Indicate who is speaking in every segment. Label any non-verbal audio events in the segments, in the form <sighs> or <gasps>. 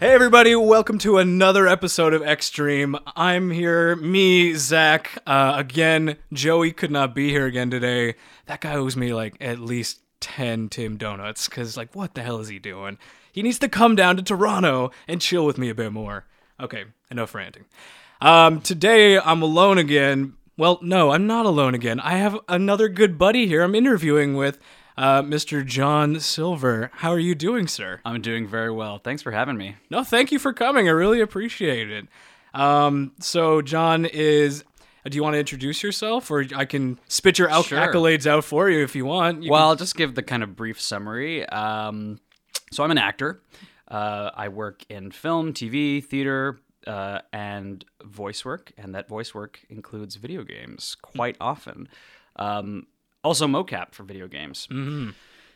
Speaker 1: Hey everybody, welcome to another episode of Extreme. I'm here, me, Zach. Uh, again, Joey could not be here again today. That guy owes me like at least 10 Tim Donuts, because like what the hell is he doing? He needs to come down to Toronto and chill with me a bit more. Okay, enough ranting. Um, today I'm alone again. Well, no, I'm not alone again. I have another good buddy here I'm interviewing with, uh, Mr. John Silver. How are you doing, sir?
Speaker 2: I'm doing very well. Thanks for having me.
Speaker 1: No, thank you for coming. I really appreciate it. Um, so John is. Do you want to introduce yourself, or I can spit your acc-
Speaker 2: Sure.
Speaker 1: accolades out for you if you want? You
Speaker 2: Well, I'll just give the kind of brief summary. Um, so I'm an actor. Uh, I work in film, TV, theater, uh, and voice work, and that voice work includes video games quite often. Um, also, mocap for video games.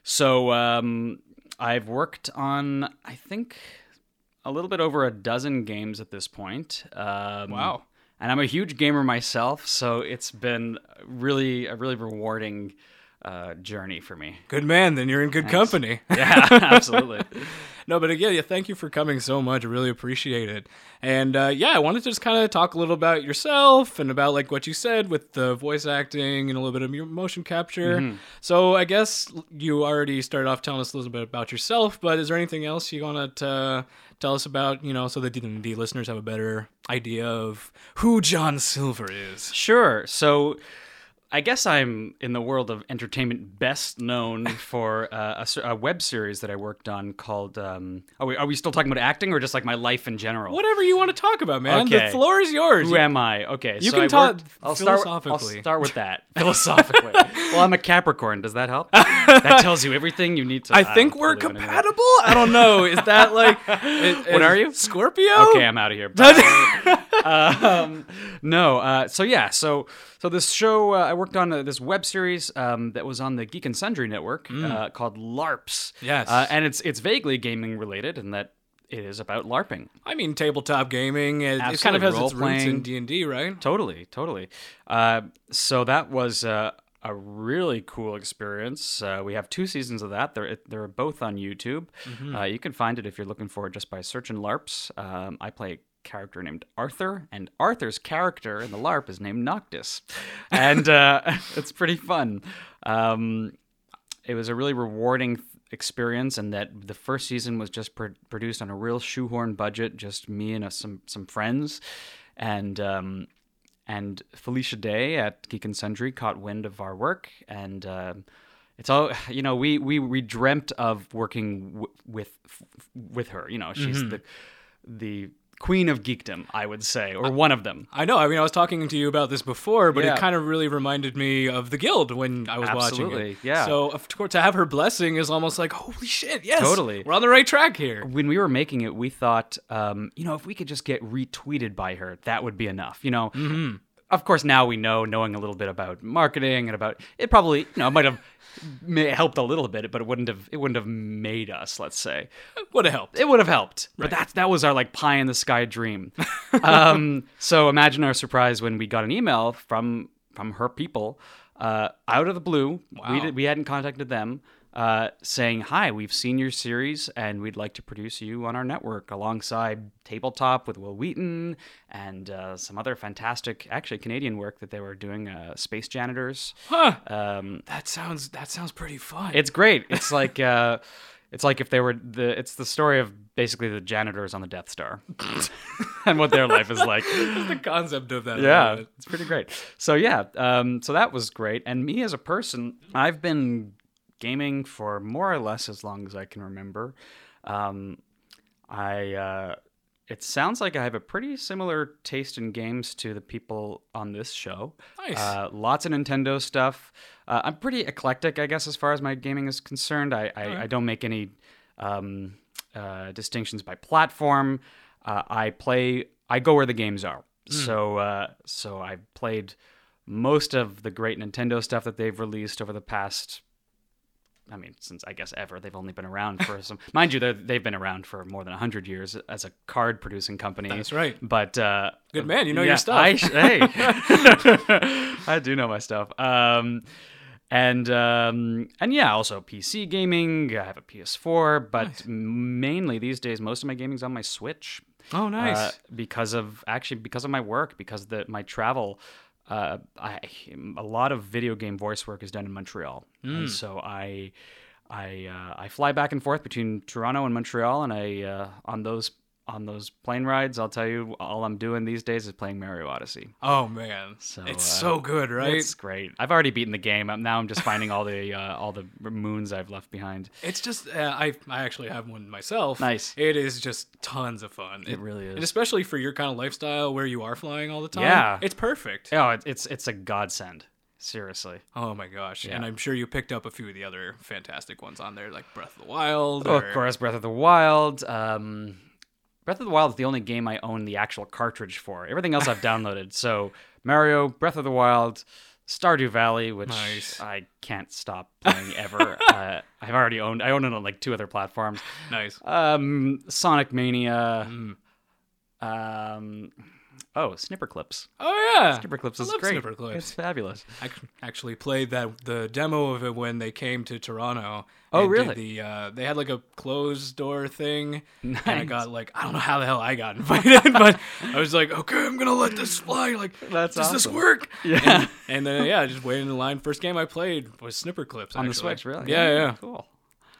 Speaker 2: So um, I've worked on, I think, a little bit over a dozen games at this point. Um,
Speaker 1: Wow.
Speaker 2: And I'm a huge gamer myself, so it's been really a really rewarding uh, journey for me. <laughs>
Speaker 1: can- good man. Then you're in good company. <laughs>
Speaker 2: Yeah, absolutely.
Speaker 1: no, but again, yeah, thank you for coming so much. I really appreciate it. And uh, yeah, I wanted to just kind of talk a little about yourself and about like what you said with the voice acting and a little bit of your motion capture.
Speaker 2: Mm-hmm.
Speaker 1: So I guess you already started off telling us a little bit about yourself, but is there anything else you want to uh, tell us about? You know, so that the, the listeners have a better idea of who John Silver is.
Speaker 2: Sure. So I guess I'm in the world of entertainment best known for uh, a ser- a, web series that I worked on called. Um, are, we, are we still talking about acting or just like my life in general?
Speaker 1: Whatever you want to talk about, man. The
Speaker 2: Okay.
Speaker 1: floor is yours.
Speaker 2: Who am I? Okay,
Speaker 1: You
Speaker 2: so
Speaker 1: can
Speaker 2: I
Speaker 1: talk
Speaker 2: worked- I'll start.
Speaker 1: philosophically.
Speaker 2: I'll start with that <laughs> philosophically. well, I'm a Capricorn. Does that <laughs> help? that tells you everything you need to. uh,
Speaker 1: I
Speaker 2: don't
Speaker 1: think we're
Speaker 2: believe in anything.
Speaker 1: compatible. I don't know. Is that
Speaker 2: <laughs>
Speaker 1: like i- is
Speaker 2: What are you?
Speaker 1: Scorpio?
Speaker 2: Okay, I'm out of here. Bye. <laughs> um, no, uh, so yeah, so so this show uh, I worked on uh, this web series um, that was on the Geek and Sundry network uh, called LARPs.
Speaker 1: Yes.
Speaker 2: uh, and it's it's vaguely gaming related, in that it is about LARPing.
Speaker 1: I mean, tabletop gaming. It, it kind of
Speaker 2: Absolutely,
Speaker 1: has its roots
Speaker 2: role-playing.
Speaker 1: in D and D, right?
Speaker 2: Totally, totally. Uh, so that was uh, a really cool experience. Uh, we have two seasons of that. They're they're both on YouTube. Uh, you can find it if you're looking for it just by searching LARPs. Um, I play. a Character named Arthur, and Arthur's character in the LARP is named Noctis, and uh, <laughs> it's pretty fun. Um, it was a really rewarding th- experience and that the first season was just pro- produced on a real shoehorn budget just me and uh some some friends and um and Felicia Day at Geek and Sundry caught wind of our work and uh, it's all <sighs> you know we we we dreamt of working w- with with her you know she's the the queen of geekdom i would say or one of them
Speaker 1: I know. I mean, I was talking to you about this before, but
Speaker 2: Yeah.
Speaker 1: it kind of really reminded me of the Guild when I was watching
Speaker 2: Absolutely,
Speaker 1: it.
Speaker 2: yeah.
Speaker 1: So of course, to have her blessing is almost like, holy shit, yes,
Speaker 2: Totally.
Speaker 1: we're on the right track here.
Speaker 2: when we were making it, we thought, um, you know, if we could just get retweeted by her, that would be enough. You know, of course, now we know, knowing a little bit about marketing and about it, probably you know, it might have may helped a little bit, but it wouldn't have it wouldn't have made us. Let's say
Speaker 1: Would have helped.
Speaker 2: it would have helped, but that's that was our like pie in the sky dream. um, so imagine our surprise when we got an email from from her people uh, out of the blue. We did, we hadn't contacted them. Uh, saying hi, we've seen your series and we'd like to produce you on our network alongside Tabletop with Will Wheaton and uh, some other fantastic, actually Canadian work that they were doing, uh, Space Janitors.
Speaker 1: Huh.
Speaker 2: Um,
Speaker 1: That sounds. That sounds pretty fun.
Speaker 2: it's great. It's like uh, it's like if they were the it's the story of basically the janitors on the Death Star <laughs> and what their life is like.
Speaker 1: the concept of that. I love
Speaker 2: Yeah,
Speaker 1: it.
Speaker 2: it's pretty great. So yeah, um, so that was great. And me as a person, I've been gaming for more or less as long as I can remember. Um, I uh, it sounds like I have a pretty similar taste in games to the people on this show.
Speaker 1: Nice.
Speaker 2: Uh, lots of Nintendo stuff. Uh, I'm pretty eclectic, I guess, as far as my gaming is concerned. I I, I don't make any um, uh, distinctions by platform.
Speaker 1: Hmm.
Speaker 2: Uh, I play. I go where the games are. So uh, so I played most of the great Nintendo stuff that they've released over the past. I mean, since I guess ever, they've only been
Speaker 1: <laughs>
Speaker 2: around for some. Mind you, they're- they've been around for more than hundred years as a card producing company.
Speaker 1: That's right.
Speaker 2: But uh,
Speaker 1: Good man, you know
Speaker 2: yeah,
Speaker 1: your stuff.
Speaker 2: I, hey, <laughs> I do know my stuff. Um, and um, and yeah, also PC gaming. I have a PS4, but mainly these days, most of my gaming's on my Switch.
Speaker 1: <laughs> Oh, nice.
Speaker 2: Uh, because of actually because of my work, because the my travel. Uh, I a lot of video game voice work is done in Montreal,
Speaker 1: Hmm.
Speaker 2: and so I. I uh, I fly back and forth between Toronto and Montreal, and I uh, on those on those plane rides, I'll tell you, all I'm doing these days is playing Mario Odyssey.
Speaker 1: oh man, it's
Speaker 2: uh,
Speaker 1: so good, right?
Speaker 2: It's great. I've already beaten the game. I'm- Now I'm just finding all the uh, all the moons I've left behind.
Speaker 1: It's just uh, I I actually have one myself.
Speaker 2: Nice.
Speaker 1: It is just tons of fun. It,
Speaker 2: really
Speaker 1: and
Speaker 2: is.
Speaker 1: especially for your kind of lifestyle where you are flying all the time.
Speaker 2: Yeah.
Speaker 1: it's perfect.
Speaker 2: Oh, it, it's it's a godsend. Seriously.
Speaker 1: Oh my gosh! And
Speaker 2: Yeah.
Speaker 1: I'm sure you picked up a few of the other fantastic ones on there, like Breath of the Wild.
Speaker 2: Oh, of
Speaker 1: or-
Speaker 2: course, Breath of the Wild. Um, Breath of the Wild is the only game I own the actual cartridge for. Everything
Speaker 1: <laughs>
Speaker 2: else I've downloaded. So Mario, Breath of the Wild, Stardew Valley, which
Speaker 1: Nice.
Speaker 2: I can't stop playing
Speaker 1: <laughs>
Speaker 2: ever. uh, I've already owned. I own it on like two other platforms.
Speaker 1: Nice.
Speaker 2: Um, Sonic Mania.
Speaker 1: Mm.
Speaker 2: Um, oh, Snipper Clips.
Speaker 1: Oh yeah.
Speaker 2: Snipper Clips
Speaker 1: I
Speaker 2: is
Speaker 1: love
Speaker 2: great.
Speaker 1: Snipper Clips.
Speaker 2: It's fabulous.
Speaker 1: I c- actually played that the demo of it when they came to Toronto.
Speaker 2: Oh,
Speaker 1: and did
Speaker 2: really?
Speaker 1: The uh, they had like a closed door thing, and I
Speaker 2: <laughs> Nice.
Speaker 1: got like I don't know how the hell I got <laughs> invited, but I was like, okay, I'm gonna let this fly. Like,
Speaker 2: That's
Speaker 1: does this
Speaker 2: awesome.
Speaker 1: work?
Speaker 2: Yeah.
Speaker 1: And then yeah, I just waited in line. First game I played was Snipper Clips
Speaker 2: On the
Speaker 1: actually.
Speaker 2: Switch, really?
Speaker 1: Yeah, yeah.
Speaker 2: Cool.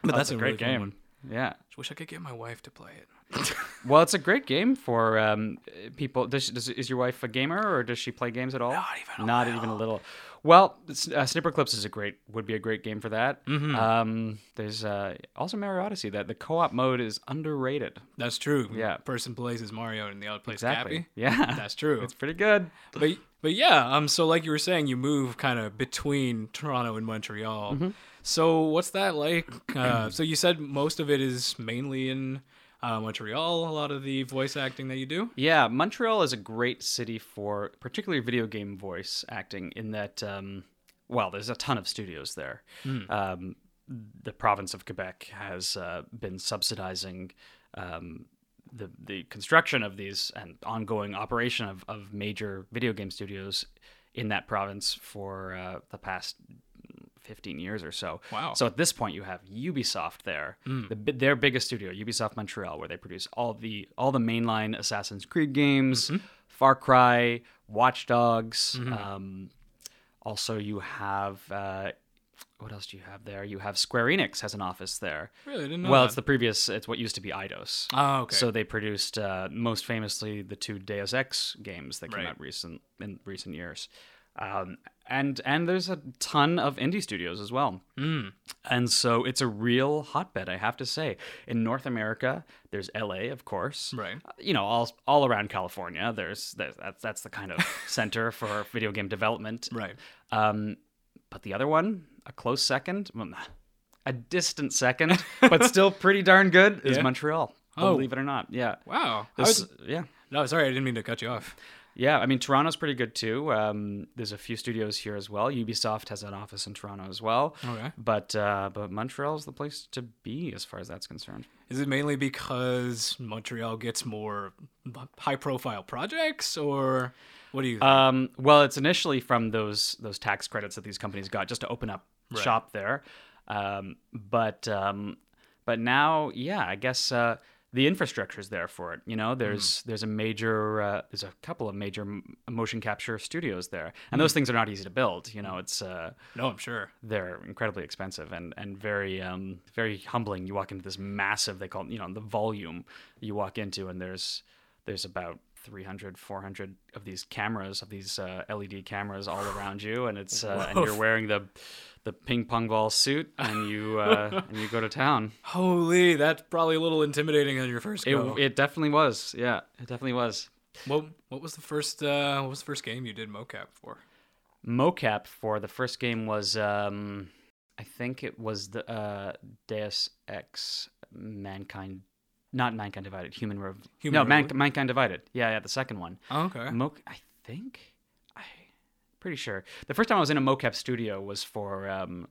Speaker 1: But
Speaker 2: Oh,
Speaker 1: that's
Speaker 2: it's
Speaker 1: a really
Speaker 2: great
Speaker 1: fun
Speaker 2: game.
Speaker 1: one.
Speaker 2: Yeah.
Speaker 1: Wish I could get my wife to play it. <laughs>
Speaker 2: Well, it's a great game for um, people. Does, she- does, is your wife a gamer, or does she play games at all?
Speaker 1: Not even a
Speaker 2: Not even a little. Well, S- uh, Snipper Clips is a great would be a great game for that.
Speaker 1: Mm-hmm.
Speaker 2: Um, there's uh, also Mario Odyssey. That the co-op mode is underrated.
Speaker 1: That's true.
Speaker 2: Yeah.
Speaker 1: Person plays as Mario and the other plays
Speaker 2: Exactly.
Speaker 1: Cappy.
Speaker 2: Yeah. <laughs>
Speaker 1: That's true.
Speaker 2: It's pretty good.
Speaker 1: but but yeah, um, so like you were saying, you move kind of between Toronto and Montreal.
Speaker 2: Mm-hmm.
Speaker 1: So what's that like? Uh, so you said most of it is mainly in uh, Montreal. A lot of the voice acting that you do.
Speaker 2: Yeah, Montreal is a great city for particularly video game voice acting. In that, um, well, there's a ton of studios there.
Speaker 1: Hmm.
Speaker 2: Um, the province of Quebec has uh, been subsidizing um, the the construction of these and ongoing operation of of major video game studios in that province for uh, the past 15 years or so.
Speaker 1: Wow.
Speaker 2: So at this point, you have Ubisoft there, the bi- their biggest studio, Ubisoft Montreal, where they produce all the all the mainline Assassin's Creed games, Far Cry, Watch Dogs. Um, also, you have uh, what else do you have there? You have Square Enix has an office there.
Speaker 1: Really, I didn't know.
Speaker 2: well,
Speaker 1: that.
Speaker 2: it's the previous. It's what used to be Eidos.
Speaker 1: Oh, okay.
Speaker 2: So they produced uh, most famously the two Deus Ex games that came
Speaker 1: Right.
Speaker 2: out recent in recent years, um, and and there's a ton of indie studios as well.
Speaker 1: Hmm.
Speaker 2: And so it's a real hotbed, I have to say. In North America, there's LA, of course.
Speaker 1: Right.
Speaker 2: You know, all all around California, there's, there's that's that's the
Speaker 1: <laughs>
Speaker 2: kind of center for video game development.
Speaker 1: right.
Speaker 2: Um, but the other one, a close second, well, nah, a
Speaker 1: <laughs>
Speaker 2: distant second, but still pretty darn good, is
Speaker 1: Yeah.
Speaker 2: Montreal.
Speaker 1: Oh.
Speaker 2: Believe it or not, yeah.
Speaker 1: Wow. I
Speaker 2: This-
Speaker 1: was-
Speaker 2: yeah,
Speaker 1: no, sorry, I didn't mean to cut you off.
Speaker 2: yeah. I mean, Toronto's pretty good too. Um, there's a few studios here as well. Ubisoft has an office in Toronto as well.
Speaker 1: Okay.
Speaker 2: But uh, but Montreal's the place to be as far as that's concerned.
Speaker 1: Is it mainly because Montreal gets more high-profile projects, or what do you? Think?
Speaker 2: Um, well, it's initially from those those tax credits that these companies got just to open up shop there, um, but um, but now, yeah, I guess uh, the infrastructure is there for it. You know, there's there's a major uh, there's a couple of major m- motion capture studios there, and those things are not easy to build. You know, it's uh,
Speaker 1: no, I'm sure.
Speaker 2: they're incredibly expensive and and very um very humbling. You walk into this massive they call it, you know the volume you walk into and there's there's about 300 400 of these cameras of these uh, LED cameras all around you and it's uh, and you're wearing the the ping pong ball suit and you uh, and you go to town.
Speaker 1: Holy, that's probably a little intimidating on your first
Speaker 2: It
Speaker 1: go.
Speaker 2: it definitely was. Yeah, it definitely was.
Speaker 1: What what was the first uh, what was the first game you did mocap for?
Speaker 2: mocap for the first game was um I think it was the uh Deus Ex Mankind not Mankind Divided, Human Rev
Speaker 1: Human
Speaker 2: No, Man-
Speaker 1: Revolution?
Speaker 2: Mankind Divided. Yeah, yeah, the second one.
Speaker 1: Oh, okay.
Speaker 2: Moc I think I Pretty sure. The first time I was in a mocap studio was for um,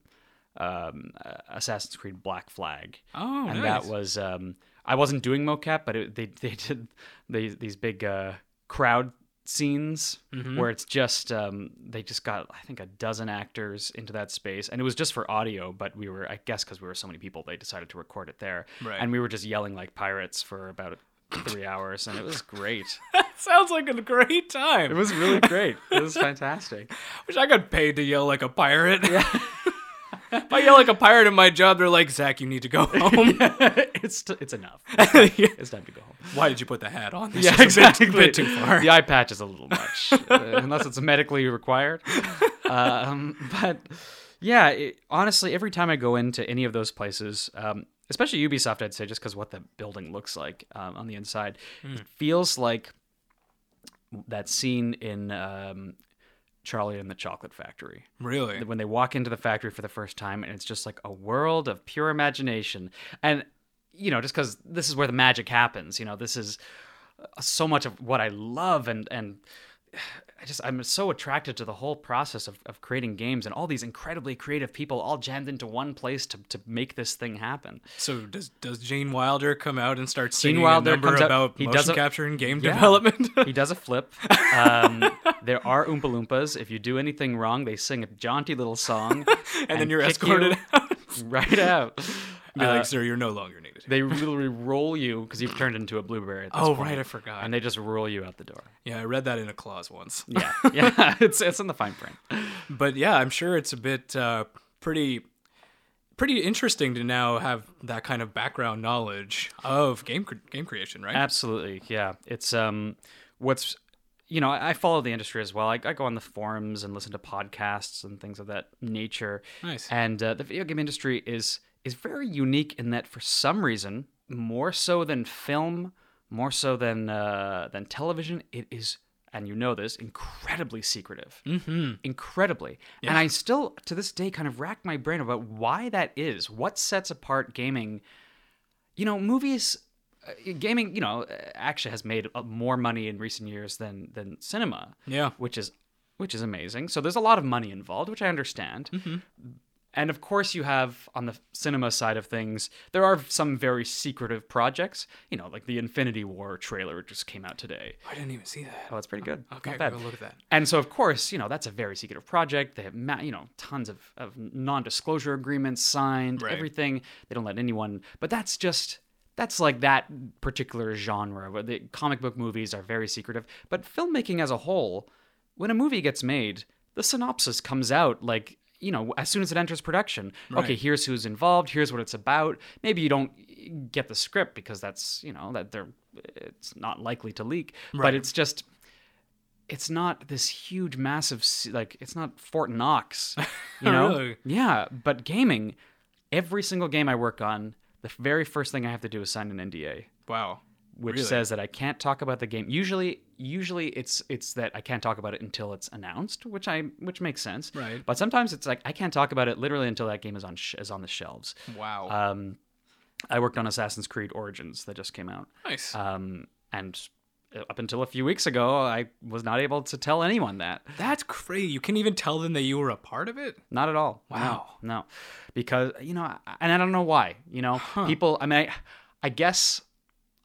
Speaker 2: um, uh, Assassin's Creed Black Flag.
Speaker 1: Oh,
Speaker 2: and
Speaker 1: nice.
Speaker 2: that was um, I wasn't doing mocap, but it, they <laughs> they did these these big uh, crowd scenes where it's just um, they just got I think a dozen actors into that space, and it was just for audio. But we were I guess because we were so many people, they decided to record it there,
Speaker 1: Right.
Speaker 2: and we were just yelling like pirates for about three hours, and it was great.
Speaker 1: Sounds like a great time.
Speaker 2: <laughs> it was really great. It was fantastic.
Speaker 1: Wish I got paid to yell like a pirate. <laughs> if I yell like a pirate at my job, they're like, Zach, you need to
Speaker 2: <laughs>
Speaker 1: go home.
Speaker 2: <laughs>
Speaker 1: <laughs>
Speaker 2: it's it's enough. It's time to go home.
Speaker 1: Why did you put the hat on? This
Speaker 2: Yeah,
Speaker 1: is a bit-
Speaker 2: exactly.
Speaker 1: bit too far.
Speaker 2: The eye patch is a
Speaker 1: <laughs>
Speaker 2: little much, uh, unless it's medically required. Um, but yeah, it, honestly, every time I go into any of those places, um, especially Ubisoft, I'd say just because what the building looks like um, on the inside,
Speaker 1: Hmm.
Speaker 2: it feels like that scene in um, Charlie and the Chocolate Factory
Speaker 1: Really?
Speaker 2: when they walk into the factory for the first time and it's just like a world of pure imagination and you know just because this is where the magic happens you know this is uh, so much of what i love and and <sighs> i just i'm so attracted to the whole process of, of creating games and all these incredibly creative people all jammed into one place to, to make this thing happen
Speaker 1: So does does Gene Wilder come out and start singing
Speaker 2: Wilder
Speaker 1: a number
Speaker 2: comes out-
Speaker 1: about
Speaker 2: he does
Speaker 1: motion
Speaker 2: a-
Speaker 1: capture and game
Speaker 2: Yeah.
Speaker 1: development? <laughs>
Speaker 2: he does a flip. Um, there are Oompa Loompas. If you do anything wrong, they sing a jaunty
Speaker 1: <laughs>
Speaker 2: little song, and,
Speaker 1: then you're
Speaker 2: kick
Speaker 1: escorted out.
Speaker 2: <laughs> right out.
Speaker 1: <laughs> Be
Speaker 2: Uh,
Speaker 1: like, sir, you're no longer needed.
Speaker 2: they literally roll you because you've turned into a blueberry. At this
Speaker 1: Oh,
Speaker 2: point,
Speaker 1: right, I forgot.
Speaker 2: And they just roll you out the door.
Speaker 1: yeah, I read that in a clause once.
Speaker 2: <laughs> Yeah, <laughs> yeah, it's it's in the fine print.
Speaker 1: But yeah, I'm sure it's a bit uh, pretty pretty interesting to now have that kind of background knowledge of game cre- game creation, right?
Speaker 2: Absolutely, yeah. It's um, what's you know, I I follow the industry as well. I, I go on the forums and listen to podcasts and things of that nature.
Speaker 1: Nice.
Speaker 2: And uh, the video game industry is is very unique in that for some reason, more so than film, more so than uh, than television, it is. And you know this incredibly secretive, mm-hmm. incredibly. And I still, to this day, kind of rack my brain about why that is. What sets apart gaming you know, movies, uh, gaming, you know, uh, actually has made uh, more money in recent years than than cinema.
Speaker 1: Yeah.
Speaker 2: which is which is amazing. So there's a lot of money involved, which I understand. And of course, you have on the cinema side of things, there are some very secretive projects. You know, like the Infinity War trailer just came out today.
Speaker 1: I didn't even see that.
Speaker 2: Oh, that's pretty good.
Speaker 1: Okay,
Speaker 2: Not bad.
Speaker 1: go look at that.
Speaker 2: And so, of course, you know that's a very secretive project. They have, ma- you know, tons of, of non-disclosure agreements signed.
Speaker 1: Right.
Speaker 2: Everything. They don't let anyone. But that's just that's like that particular genre where the comic book movies are very secretive. But filmmaking as a whole, when a movie gets made, the synopsis comes out like you know as soon as it enters production. Okay, here's who's involved. Here's what it's about. Maybe you don't get the script because that's you know that they're it's not likely to leak. But it's just it's not this huge, massive, s- like it's not Fort Knox,
Speaker 1: <laughs>
Speaker 2: you know?
Speaker 1: Really?
Speaker 2: Yeah, but gaming, every single game I work on, the very first thing I have to do is sign an NDA,
Speaker 1: Wow.
Speaker 2: which
Speaker 1: Really?
Speaker 2: says that I can't talk about the game. Usually, usually it's it's that I can't talk about it until it's announced, which I which makes sense.
Speaker 1: Right.
Speaker 2: But sometimes it's like I can't talk about it literally until that game is on sh- is on the shelves.
Speaker 1: Wow.
Speaker 2: Um, I worked on Assassin's Creed Origins that just came out.
Speaker 1: nice.
Speaker 2: Um, and uh, up until a few weeks ago, I was not able to tell anyone that.
Speaker 1: That's crazy. You can even tell them that you were a part of it.
Speaker 2: Not at all.
Speaker 1: Wow.
Speaker 2: No, no. because you know, I- and I don't know why. You know, people. I mean, I, I guess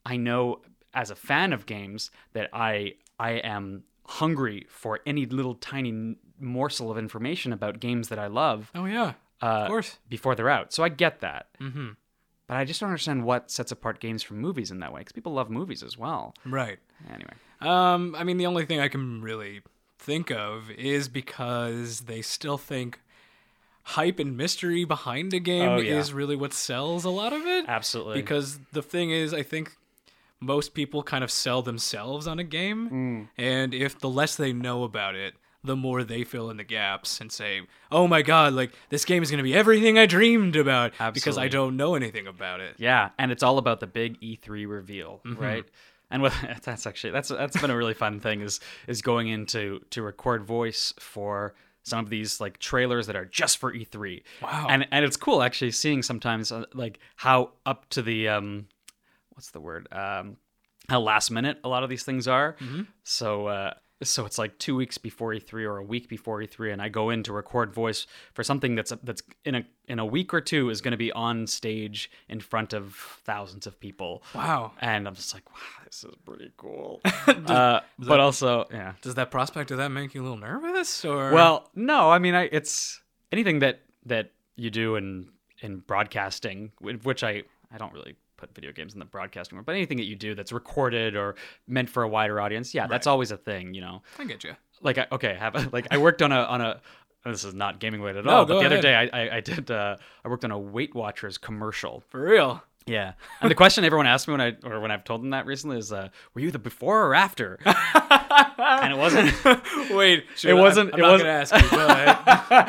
Speaker 2: I know as a fan of games that I I am hungry for any little tiny morsel of information about games that I love
Speaker 1: Oh yeah.
Speaker 2: uh,
Speaker 1: of course.
Speaker 2: before they're out. So I get that.
Speaker 1: Mm-hmm.
Speaker 2: But I just don't understand what sets apart games from movies in that way, because people love movies as well.
Speaker 1: Right.
Speaker 2: Anyway,
Speaker 1: Um, I mean, the only thing I can really think of is because they still think hype and mystery behind a game
Speaker 2: Oh, yeah.
Speaker 1: is really what sells a lot of it.
Speaker 2: absolutely.
Speaker 1: Because the thing is, I think most people kind of sell themselves on a
Speaker 2: Mm.
Speaker 1: game, and if the less they know about it, the more they fill in the gaps and say, "Oh my god, like this game is going to be everything I dreamed about because I
Speaker 2: Absolutely.
Speaker 1: don't know anything about it." Mm-hmm.
Speaker 2: Yeah, and it's all about the big E3 reveal, right? And with, <laughs> that's actually that's that's been a really fun thing is is going into to record voice for some of these like trailers that are just for E3.
Speaker 1: Wow.
Speaker 2: And and it's cool actually seeing sometimes uh, like how up to the um what's the word um how last minute a lot of these things are. So uh so it's like two weeks before E3 or a week before E3, and I go in to record voice for something that's that's in a in a week or two is going to be on stage in front of thousands of people.
Speaker 1: Wow.
Speaker 2: And I'm just like, wow, this is pretty cool. uh, but also, yeah.
Speaker 1: Does that prospect of that make you a little nervous? Or
Speaker 2: Well, no, I mean, I, it's anything that that you do in in broadcasting, whi- which I I don't really put video games in the broadcasting room, but anything that you do that's recorded or meant for a wider audience, yeah, that's always a thing, you know.
Speaker 1: I get you.
Speaker 2: Like, I, okay, I have a, like I worked on a on a this is not gaming related at
Speaker 1: No,
Speaker 2: all, but
Speaker 1: go
Speaker 2: the other day I,
Speaker 1: ahead.
Speaker 2: I, I did uh, I worked on a Weight Watchers commercial.
Speaker 1: For real.
Speaker 2: Yeah, and the question everyone asked me when I or when I've told them that recently is, uh, were you the before or after?
Speaker 1: <laughs>
Speaker 2: and it wasn't.
Speaker 1: Wait, shoot,
Speaker 2: It wasn't-
Speaker 1: I'm,
Speaker 2: it
Speaker 1: I'm
Speaker 2: wasn't-
Speaker 1: not gonna ask you. Go
Speaker 2: <laughs>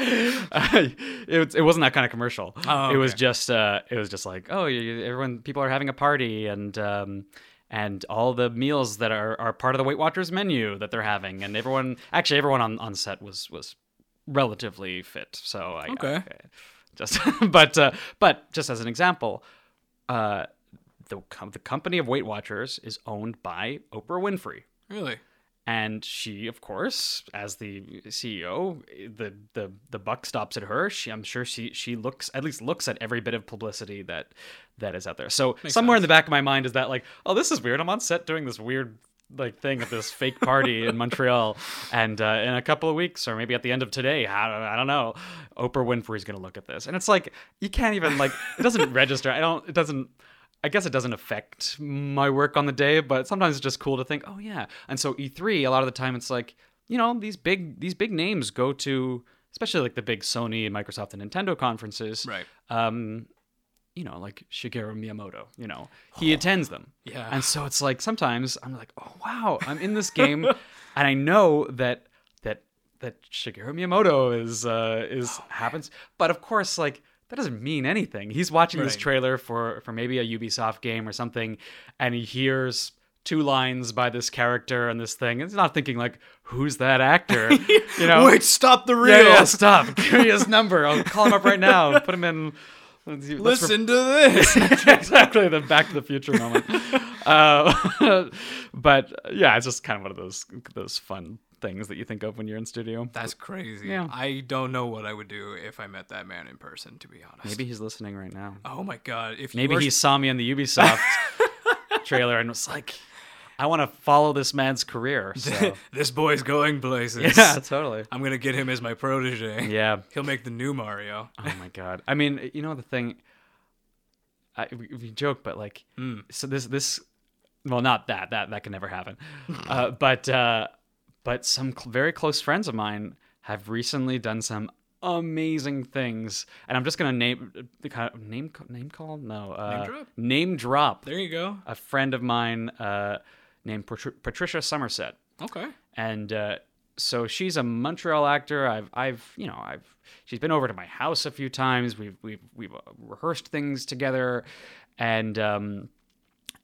Speaker 1: ahead.
Speaker 2: it, was- it wasn't that kind of commercial.
Speaker 1: Oh,
Speaker 2: It was
Speaker 1: okay.
Speaker 2: just uh, it was just like oh you- you, everyone people are having a party and um, and all the meals that are, are part of the Weight Watchers menu that they're having and everyone actually everyone on, on set was was relatively fit so I,
Speaker 1: Okay.
Speaker 2: I- just <laughs> but uh, but just as an example uh, the com- the company of Weight Watchers is owned by Oprah Winfrey
Speaker 1: really?
Speaker 2: and she of course as the ceo the the the buck stops at her she, i'm sure she she looks at least looks at every bit of publicity that that is out there so somewhere in the back of my mind is that like oh this is weird i'm on set doing this weird like thing at this fake party in montreal and uh, in a couple of weeks or maybe at the end of today i, I don't know oprah winfrey's gonna look at this and it's like you can't even like it doesn't register i don't it doesn't I guess it doesn't affect my work on the day, but sometimes it's just cool to think, oh yeah. And so E3, a lot of the time, it's like you know these big these big names go to, especially like the big Sony, Microsoft, and Nintendo conferences.
Speaker 1: Right.
Speaker 2: Um, you know, like Shigeru Miyamoto. You know, he attends them.
Speaker 1: Yeah.
Speaker 2: And so it's like sometimes I'm like, oh wow, I'm in this game, and I know that that that Shigeru Miyamoto is uh
Speaker 1: Oh,
Speaker 2: is happens, but of course like. That doesn't mean anything. He's watching this
Speaker 1: Right.
Speaker 2: trailer trailer for for maybe a Ubisoft game or something, and he hears two lines by this character and this thing. And he's not thinking like, "Who's
Speaker 1: <laughs>
Speaker 2: that actor?" <laughs> You know,
Speaker 1: Wait, stop the reel.
Speaker 2: yeah, yeah, stop. <laughs> Give me his number. I'll call him up right now. and Put him in. let's- let's
Speaker 1: <laughs>
Speaker 2: re-
Speaker 1: Listen to this.
Speaker 2: <laughs> exactly the Back to the Future moment. uh, <laughs> but yeah, it's just kind of one of those those fun things that you think of when you're in studio.
Speaker 1: That's crazy.
Speaker 2: Yeah.
Speaker 1: I don't know what I would do if I met that man in person, to be honest.
Speaker 2: Maybe he's listening right now.
Speaker 1: Oh my god. If
Speaker 2: Uh, Maybe
Speaker 1: you were- <laughs>
Speaker 2: he saw me in the Ubisoft <laughs> trailer and was like, I want to follow this man's career. <laughs> So.
Speaker 1: this boy's going places.
Speaker 2: yeah, totally.
Speaker 1: I'm gonna get him as my protege.
Speaker 2: Yeah.
Speaker 1: He'll make the new Mario.
Speaker 2: Oh my god. I mean, you know the thing. I, we, we joke, but like,
Speaker 1: Mm.
Speaker 2: so this this, well, not that that that can never happen. uh, but uh, but some cl- very close friends of mine have recently done some amazing things, and I'm just gonna name the kind of name ca- name call no uh,
Speaker 1: Name drop?
Speaker 2: name drop.
Speaker 1: There you go.
Speaker 2: a friend of mine uh, named Patri- Patricia Somerset,
Speaker 1: Okay.
Speaker 2: and uh, so she's a Montreal actor. I've, I've, you know, I've. She's been over to my house a few times. We've, we've, we've uh, rehearsed things together, and um,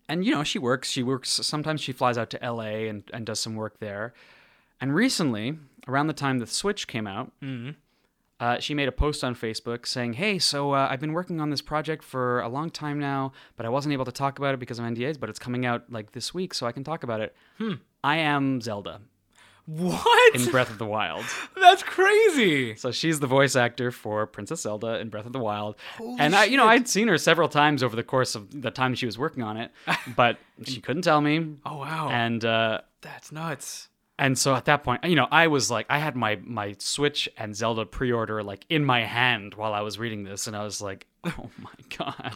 Speaker 2: and you know, she works. She works. Sometimes she flies out to L.A. and and does some work there. And recently, around the time the Switch came out, uh, she made a post on Facebook saying, "Hey, so uh, I've been working on this project for a long time now, but I wasn't able to talk about it because of NDAs. But it's coming out like this week, so I can talk about it. Hmm. I am Zelda
Speaker 1: What?
Speaker 2: in Breath of the Wild.
Speaker 1: <laughs> That's crazy.
Speaker 2: So she's the voice actor for Princess Zelda in Breath of the Wild. and I, you know, I'd seen her several times over the course of the time she was working on it,
Speaker 1: <laughs>
Speaker 2: but she couldn't tell me.
Speaker 1: Oh wow.
Speaker 2: And uh,
Speaker 1: That's nuts.
Speaker 2: and so at that point, you know, I was like, I had my my Switch and Zelda pre-order like in my hand while I was reading this, and I was like, <laughs> oh my
Speaker 1: <laughs>
Speaker 2: god.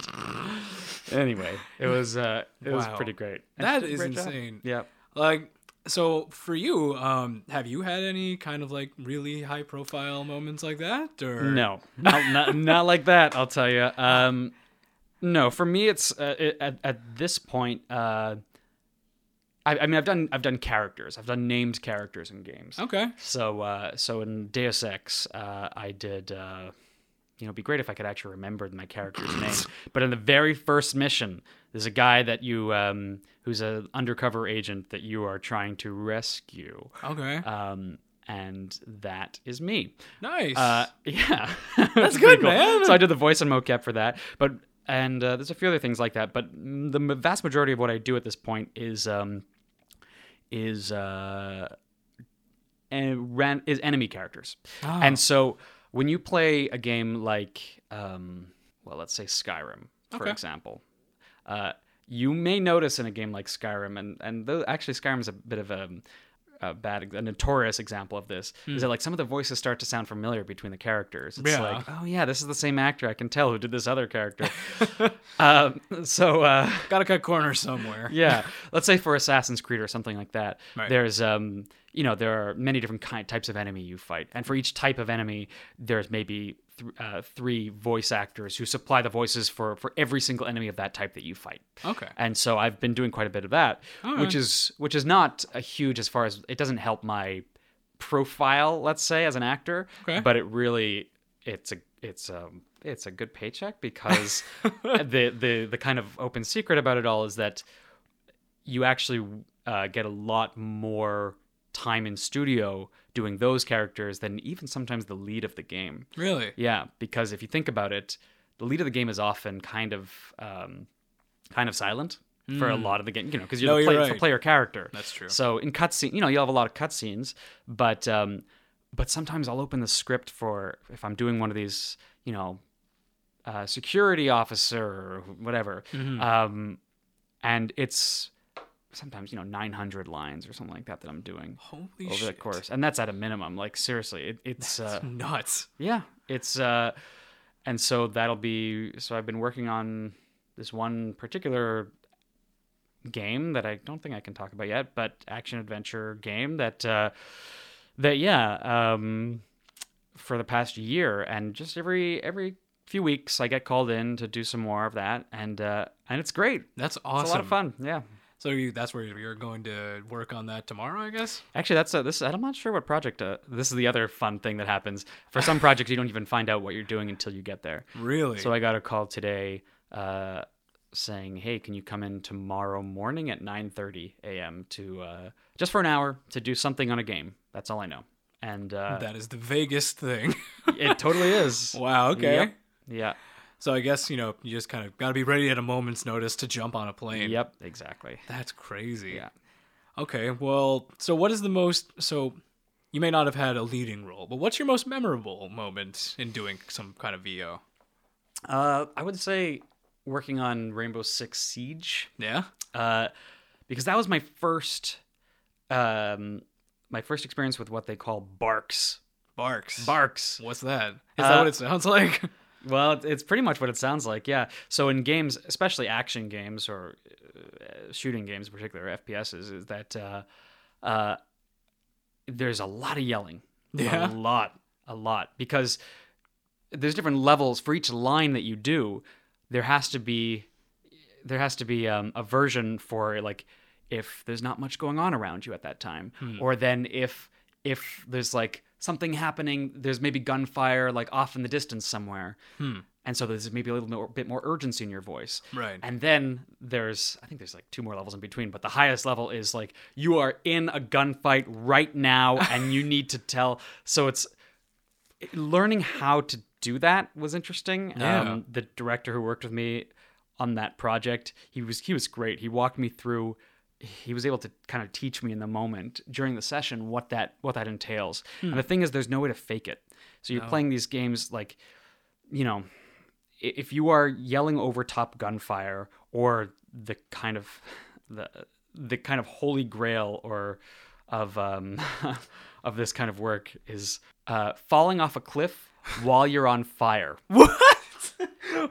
Speaker 2: anyway, it was uh, it was
Speaker 1: Wow.
Speaker 2: pretty great. And
Speaker 1: That
Speaker 2: she did a
Speaker 1: is
Speaker 2: great job.
Speaker 1: insane.
Speaker 2: Yeah.
Speaker 1: Like so for you, um, have you had any kind of like really high profile moments like that? Or
Speaker 2: No, not, not, not like that. I'll tell you. Um, no, for me, it's uh, it, at, at this point. Uh, I, I mean, I've done I've done characters. I've done named characters in games.
Speaker 1: Okay.
Speaker 2: So uh, so in Deus Ex, uh, I did. Uh, you know, it'd be great if I could actually remember my character's name. But in the very first mission, there's a guy that you um, who's an undercover agent that you are trying to rescue.
Speaker 1: Okay.
Speaker 2: Um, and that is me.
Speaker 1: nice.
Speaker 2: Uh, <laughs> yeah,
Speaker 1: That's
Speaker 2: that's
Speaker 1: good, man.
Speaker 2: So I did the voice and mocap for that, but and uh, there's a few other things like that. But mm, the m- vast majority of what I do at this point is um, is uh, and ran is enemy characters.
Speaker 1: Ah.
Speaker 2: And so when you play a game like um, well, let's say Skyrim, for
Speaker 1: Okay.
Speaker 2: example, uh, you may notice in a game like Skyrim, and and though actually Skyrim's a bit of a, a bad, a notorious example of this, is that like some of the voices start to sound familiar between the characters. It's
Speaker 1: Hmm. Yeah.
Speaker 2: like, oh yeah, this is the same actor. I can tell who did this
Speaker 1: <laughs>
Speaker 2: other character. um, so uh,
Speaker 1: Gotta cut corners somewhere.
Speaker 2: yeah, let's say for Assassin's Creed or something like that,
Speaker 1: Right.
Speaker 2: there's um, you know, there are many different kind types of enemy you fight, and for each type of enemy, there's maybe. th- Uh, three voice actors who supply the voices for for every single enemy of that type that you fight
Speaker 1: Okay.
Speaker 2: and so I've been doing quite a bit of that, which is which is not a huge as far as it doesn't help my profile, let's say, as an actor,
Speaker 1: Okay.
Speaker 2: but it really it's a it's um it's a good paycheck because the the the kind of open secret about it all is that you actually uh, get a lot more time in studio doing those characters than even sometimes the lead of the game.
Speaker 1: Really?
Speaker 2: Yeah, because if you think about it, the lead of the game is often kind of um, kind of silent for a lot of the game, you know, because you're
Speaker 1: Hmm. No,
Speaker 2: the
Speaker 1: you're
Speaker 2: play,
Speaker 1: right.
Speaker 2: the player character.
Speaker 1: That's true.
Speaker 2: So in cutscene, you know, you'll have a lot of cutscenes, but um, but sometimes I'll open the script for if I'm doing one of these, you know, uh, security officer or whatever,
Speaker 1: Mm-hmm.
Speaker 2: um, and it's sometimes you know 900 lines or something like that that I'm doing
Speaker 1: Holy
Speaker 2: over the
Speaker 1: shit.
Speaker 2: course, and that's at a minimum. Like seriously, it, it's. uh,
Speaker 1: Nuts.
Speaker 2: yeah it's uh and so that'll be so i've been working on this one particular game that i don't think i can talk about yet but action adventure game that uh that yeah um for the past year and just every every few weeks i get called in to do some more of that and uh and it's great
Speaker 1: That's
Speaker 2: it's
Speaker 1: awesome.
Speaker 2: a lot of fun yeah
Speaker 1: So you, that's where you're going to work on that tomorrow, I guess.
Speaker 2: Actually, that's a, this. I'm not sure what project. Uh, this is the other fun thing that happens. For some projects, you don't even find out what you're doing until you get there.
Speaker 1: Really?
Speaker 2: So I got a call today uh, saying, "Hey, can you come in tomorrow morning at 9:30 a.m. to uh, just for an hour to do something on a game?" That's all I know, and uh,
Speaker 1: that is the vaguest thing. <laughs>
Speaker 2: <laughs> it totally is.
Speaker 1: wow. Okay.
Speaker 2: Yep. Yeah.
Speaker 1: So I guess you know you just kind of got to be ready at a moment's notice to jump on a plane.
Speaker 2: Yep. Exactly.
Speaker 1: That's crazy.
Speaker 2: Yeah.
Speaker 1: Okay. Well, so what is the most so you may not have had a leading role, but what's your most memorable moment in doing some kind of VO?
Speaker 2: Uh, I would say working on Rainbow Six Siege.
Speaker 1: Yeah.
Speaker 2: uh, because that was my first um, my first experience with what they call barks.
Speaker 1: Barks.
Speaker 2: Barks.
Speaker 1: What's that? Is that
Speaker 2: Uh,
Speaker 1: what it sounds
Speaker 2: <laughs>
Speaker 1: like?
Speaker 2: Well, it- it's pretty much what it sounds like. Yeah. So in games, especially action games or uh, shooting games, in particular FPSs, is that uh, uh, there's a lot of yelling.
Speaker 1: Yeah.
Speaker 2: A lot, a lot, because there's different levels for each line that you do. There has to be there has to be um, a version for like if there's not much going on around you at that time or then if if there's like something happening there's maybe gunfire like off in the distance somewhere and so there's maybe a little more, bit more urgency in your voice
Speaker 1: Right. <laughs>
Speaker 2: and then there's i think there's like two more levels in between but the highest level is like you are in a gunfight
Speaker 1: <laughs>
Speaker 2: right now and you need to tell so it's learning how to do that was interesting.
Speaker 1: Yeah.
Speaker 2: Um, the director who worked with me on that project, he was he was great. He walked me through. He was able to kind of teach me in the moment during the session what that what that entails.
Speaker 1: Hmm.
Speaker 2: And the thing is, there's no way to fake it. So you're playing these games like, you know, i- if you are yelling over top gunfire or the kind of <laughs> the the kind of holy grail or of um <laughs> of this kind of work is uh falling off a cliff while you're on fire.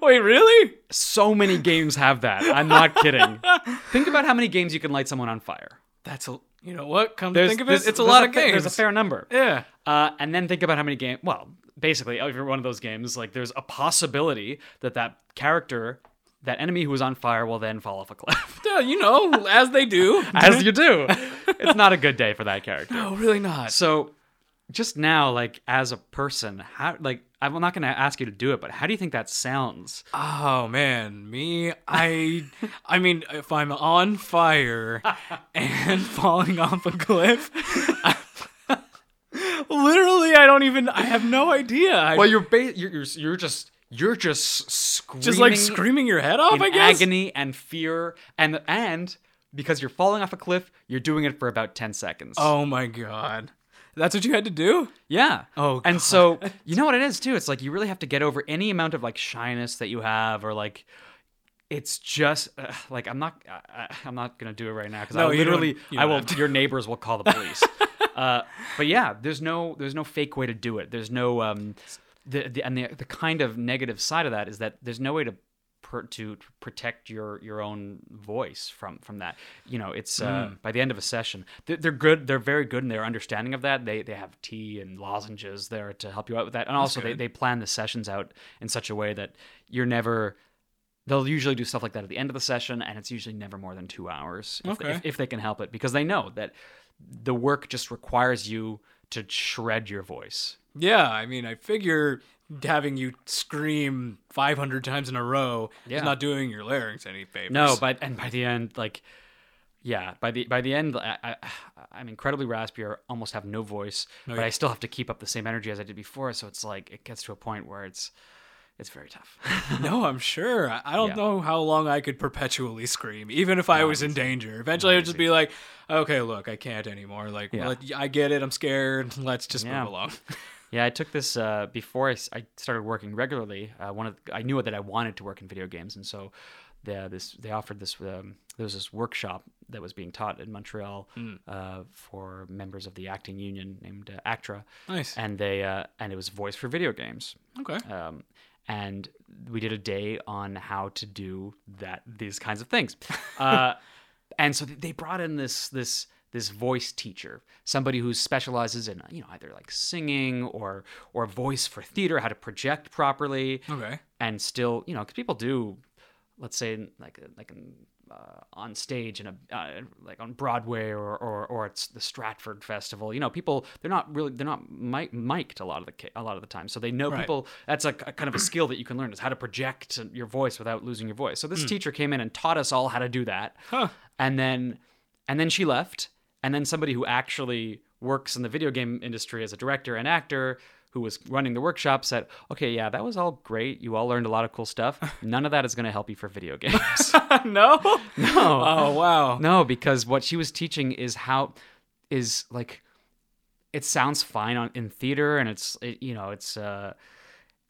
Speaker 1: Wait, really?
Speaker 2: So many games have that. I'm not kidding. Think about how many games you can light someone on fire.
Speaker 1: That's a you know what? Come to
Speaker 2: There's-
Speaker 1: think of
Speaker 2: there's-
Speaker 1: it, it's a
Speaker 2: there's
Speaker 1: lot of
Speaker 2: fa-
Speaker 1: games.
Speaker 2: There's a fair number.
Speaker 1: yeah.
Speaker 2: Uh, and then think about how many games. Well, basically, every one of those games, like there's a possibility that that character, that enemy who was on fire, will then fall off a cliff.
Speaker 1: Yeah, you know, as they
Speaker 2: <laughs>
Speaker 1: do.
Speaker 2: As you do, it's not a good day for that character.
Speaker 1: no, really not.
Speaker 2: <gasps> So, just now, like as a person, how like I'm not going to ask you to do it, but how do you think that sounds?
Speaker 1: Oh man, me I I mean if I'm on
Speaker 2: <laughs>
Speaker 1: fire and falling off a cliff I- Literally I don't even I have no idea. I,
Speaker 2: Well, you're ba- you're, you're you're just you're just screaming,
Speaker 1: just like screaming your head off,
Speaker 2: in
Speaker 1: I guess.
Speaker 2: agony and fear, and and because you're falling off a cliff, you're doing it for about ten seconds.
Speaker 1: Oh my Oh, god. That's what you had to do?
Speaker 2: Yeah.
Speaker 1: Oh,
Speaker 2: And so you know what it is too. It's like you really have to get over any amount of like shyness that you have, or like it's just uh, like I'm not. I, I- I'm not gonna do it right now because
Speaker 1: No,
Speaker 2: I
Speaker 1: you
Speaker 2: literally
Speaker 1: don't- you
Speaker 2: I
Speaker 1: don't
Speaker 2: will.
Speaker 1: have to.
Speaker 2: Your neighbors will call the
Speaker 1: <laughs>
Speaker 2: police. uh, but yeah, there's no there's no fake way to do it. There's no um the, the and the the kind of negative side of that is that there's no way to. Per, to protect your your own voice from from that you know it's uh, by the end of a session they're, they're good they're very good in their understanding of that they they have tea and lozenges there to help you out with that and also they, they plan the sessions out in such a way that you're never they'll usually do stuff like that at the end of the session and it's usually never more than two hours if,
Speaker 1: Okay.
Speaker 2: if, if they can help it because they know that the work just requires you to shred your voice
Speaker 1: Yeah, I mean, I figure having you scream 500 times in a row
Speaker 2: Yeah.
Speaker 1: is not doing your larynx any favors.
Speaker 2: no but and by the end like yeah by the by the end I, I, i'm incredibly raspy or almost have no voice but i still have to keep up the same energy as i did before so it's like it gets to a point where it's it's very tough
Speaker 1: no, I'm sure. I I don't
Speaker 2: Yeah.
Speaker 1: know how long I could perpetually scream, even if I was in danger. Eventually, I would just be like, okay, look, I can't anymore. Like,
Speaker 2: Yeah.
Speaker 1: let- I get it. I'm scared. <laughs> Let's just
Speaker 2: Yeah.
Speaker 1: move along.
Speaker 2: Yeah, I took this uh, before I, s- I started working regularly. Uh, one of the, I knew that I wanted to work in video games, and so the, uh, this they offered this. Um, there was this workshop that was being taught in Montreal uh, for members of the acting union named uh, ACTRA, <laughs>
Speaker 1: Nice.
Speaker 2: and they uh, and it was voice for video games.
Speaker 1: Okay.
Speaker 2: Um, and we did a day on how to do that these kinds of things. Uh, and so they brought in this this this voice teacher, somebody who specializes in you know either like singing or or voice for theater, how to project properly
Speaker 1: Okay.
Speaker 2: and still you know because people do let's say in- like like in, uh, on stage in a uh, like on broadway or, or or it's the stratford festival you know people they're not really they're not mic- mic'd a lot of the ca- a lot of the time so they know
Speaker 1: Right.
Speaker 2: people that's a, a kind of a skill that you can learn is how to project your voice without losing your voice so this teacher came in and taught us all how to do that and then and then she left and then somebody who actually works in the video game industry as a director and actor who was running the workshop said okay yeah that was all great you all learned a lot of cool stuff none of that is going to help you for video games
Speaker 1: no.
Speaker 2: no
Speaker 1: Oh, wow.
Speaker 2: <laughs> no because what she was teaching is how is like it sounds fine on in theater and it's it, you know it's uh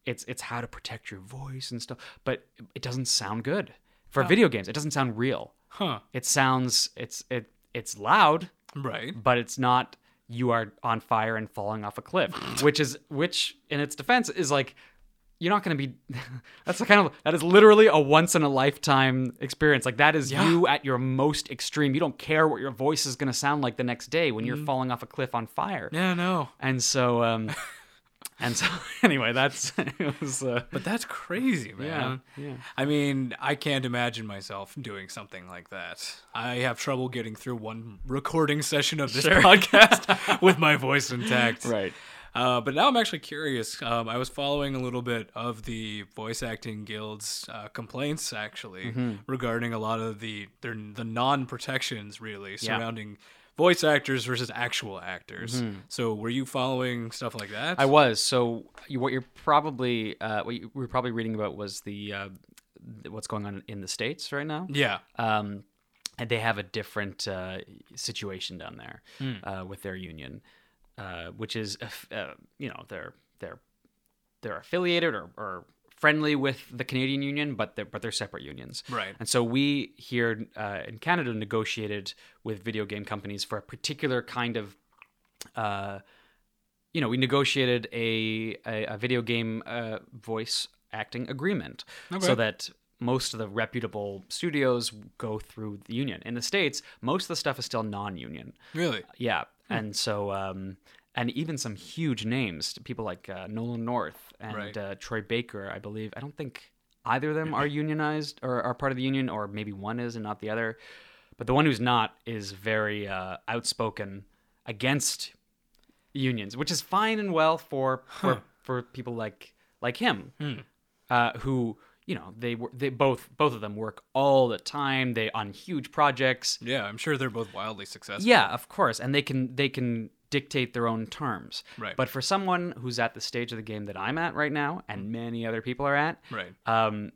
Speaker 2: it's it's how to protect your voice and stuff but it doesn't sound good for video games it doesn't sound real
Speaker 1: Huh.
Speaker 2: it sounds it's it it's loud
Speaker 1: Right.
Speaker 2: but it's not you are on fire and falling off a cliff which is which in its defense is like you're not going to be <laughs> that's the kind of that is literally a once in a lifetime experience like that is you at your most extreme you don't care what your voice is going to sound like the next day when you're falling off a cliff on fire
Speaker 1: Yeah, no.
Speaker 2: and so um and so <laughs> anyway that's <laughs> it was uh,
Speaker 1: But that's crazy, man.
Speaker 2: yeah.
Speaker 1: I mean, I can't imagine myself doing something like that. I have trouble getting through one recording session of this
Speaker 2: <laughs>
Speaker 1: podcast with my voice intact.
Speaker 2: right
Speaker 1: Uh, but now I'm actually curious. Um, I was following a little bit of the voice acting guild's uh, complaints, actually,
Speaker 2: Mm-hmm.
Speaker 1: regarding a lot of the their, the non protections really surrounding voice actors versus actual actors. So, were you following stuff like that?
Speaker 2: Mm-hmm. I was. So you, what you're probably uh, what you were probably reading about was the uh, th- what's going on in the states right now.
Speaker 1: yeah.
Speaker 2: Um, and they have a different uh, situation down there uh, with their union, uh, which is uh, you know they're they're they're affiliated or, or friendly with the Canadian Union, but they're but they're separate unions.
Speaker 1: Right.
Speaker 2: And so we here uh, in Canada negotiated with video game companies for a particular kind of uh, you know, we negotiated a a, a video game uh, voice acting agreement so that most of the reputable studios go through the union. In the states, most of the stuff is still non-union.
Speaker 1: Really?
Speaker 2: Yeah, and so um, and even some huge names, people like uh, Nolan North and
Speaker 1: Right.
Speaker 2: uh, Troy Baker, I believe. I don't think either of them are unionized or are part of the union, or maybe one is and not the other. But the one who's not is very uh, outspoken against unions, which is fine and well for for, for people like like him, uh, who you know they were they both both of them work all the time. They on huge projects.
Speaker 1: Yeah, I'm sure they're both wildly successful.
Speaker 2: Yeah, of course, and they can they can dictate their own terms.
Speaker 1: Right.
Speaker 2: But for someone who's at the stage of the game that I'm at right now,
Speaker 1: Mm-hmm.
Speaker 2: and many other people are at,
Speaker 1: Right.
Speaker 2: um,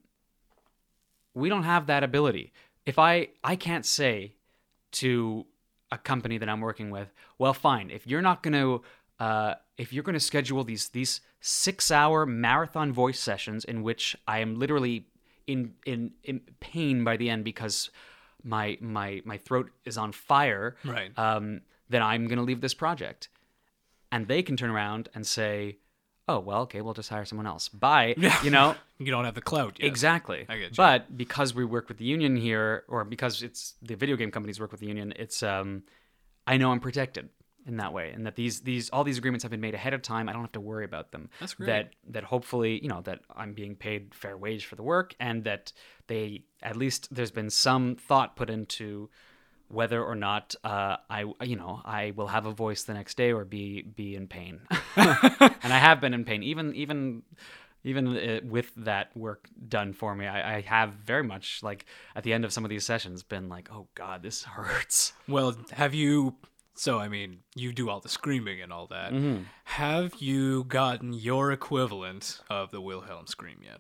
Speaker 2: we don't have that ability. If I I can't say to a a company that I'm working with, well, fine. If you're not going to, uh, if you're going to schedule these these six hour marathon voice sessions in which I am literally in in, in pain by the end because my my my throat is on fire,
Speaker 1: Right.
Speaker 2: Um, then I'm going to leave this project, and they can turn around and say, "Oh, well, okay, we'll just hire someone else." Bye. You know.
Speaker 1: You don't have the clout. Yet.
Speaker 2: Exactly.
Speaker 1: I get you.
Speaker 2: But because we work with the union here, or because it's the video game companies work with the union, it's um, I know I'm protected in that way, and that these these all these agreements have been made ahead of time. I don't have to worry about them.
Speaker 1: That's great.
Speaker 2: That that hopefully you know that I'm being paid fair wage for the work, and that they at least there's been some thought put into whether or not uh, I you know I will have a voice the next day or be be in pain, <laughs> and I have been in pain even even even uh, with that work done for me. I, I have very much like at the end of some of these sessions been like, oh god, this <laughs> hurts.
Speaker 1: Well, have you? So, I mean, you do all the screaming and all that. Have you gotten your equivalent of the Wilhelm scream yet?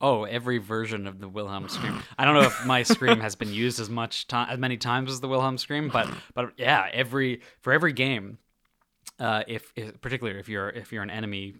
Speaker 2: Oh, every version of the Wilhelm scream. I don't know if my scream has been used as much time, as many times as the Wilhelm scream, but but yeah, every for every game, uh, if, if particularly if you're if you're an enemy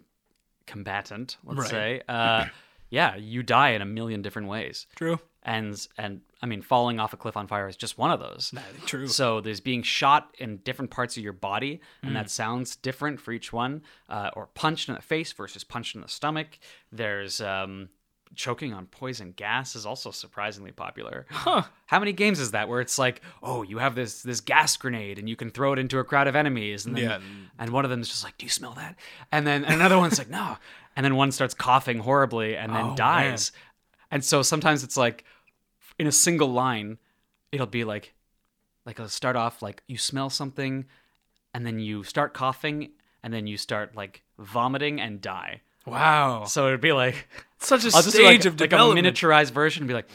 Speaker 2: combatant, let's
Speaker 1: Right.
Speaker 2: say, uh, <clears throat> yeah, you die in a million different ways,
Speaker 1: True.
Speaker 2: and and I mean, falling off a cliff on fire is just one of those.
Speaker 1: True.
Speaker 2: So there's being shot in different parts of your body, and that sounds different for each one. Uh, or punched in the face versus punched in the stomach. There's um, choking on poison gas is also surprisingly popular. Huh? How many games is that where it's like, oh, you have this this gas grenade and you can throw it into a crowd of enemies, and then,
Speaker 1: Yeah.
Speaker 2: and one of them is just like, do you smell that? And then and another one's like, no. And then one starts coughing horribly and then
Speaker 1: Oh,
Speaker 2: dies. And so sometimes it's like in a single line, it'll be like like I'll start off like you smell something and then you start coughing and then you start like vomiting and die.
Speaker 1: Wow.
Speaker 2: So it'd be
Speaker 1: <laughs>
Speaker 2: like
Speaker 1: Such a
Speaker 2: I'll just do,
Speaker 1: stage
Speaker 2: like,
Speaker 1: of
Speaker 2: like a
Speaker 1: development.
Speaker 2: miniaturized version and be like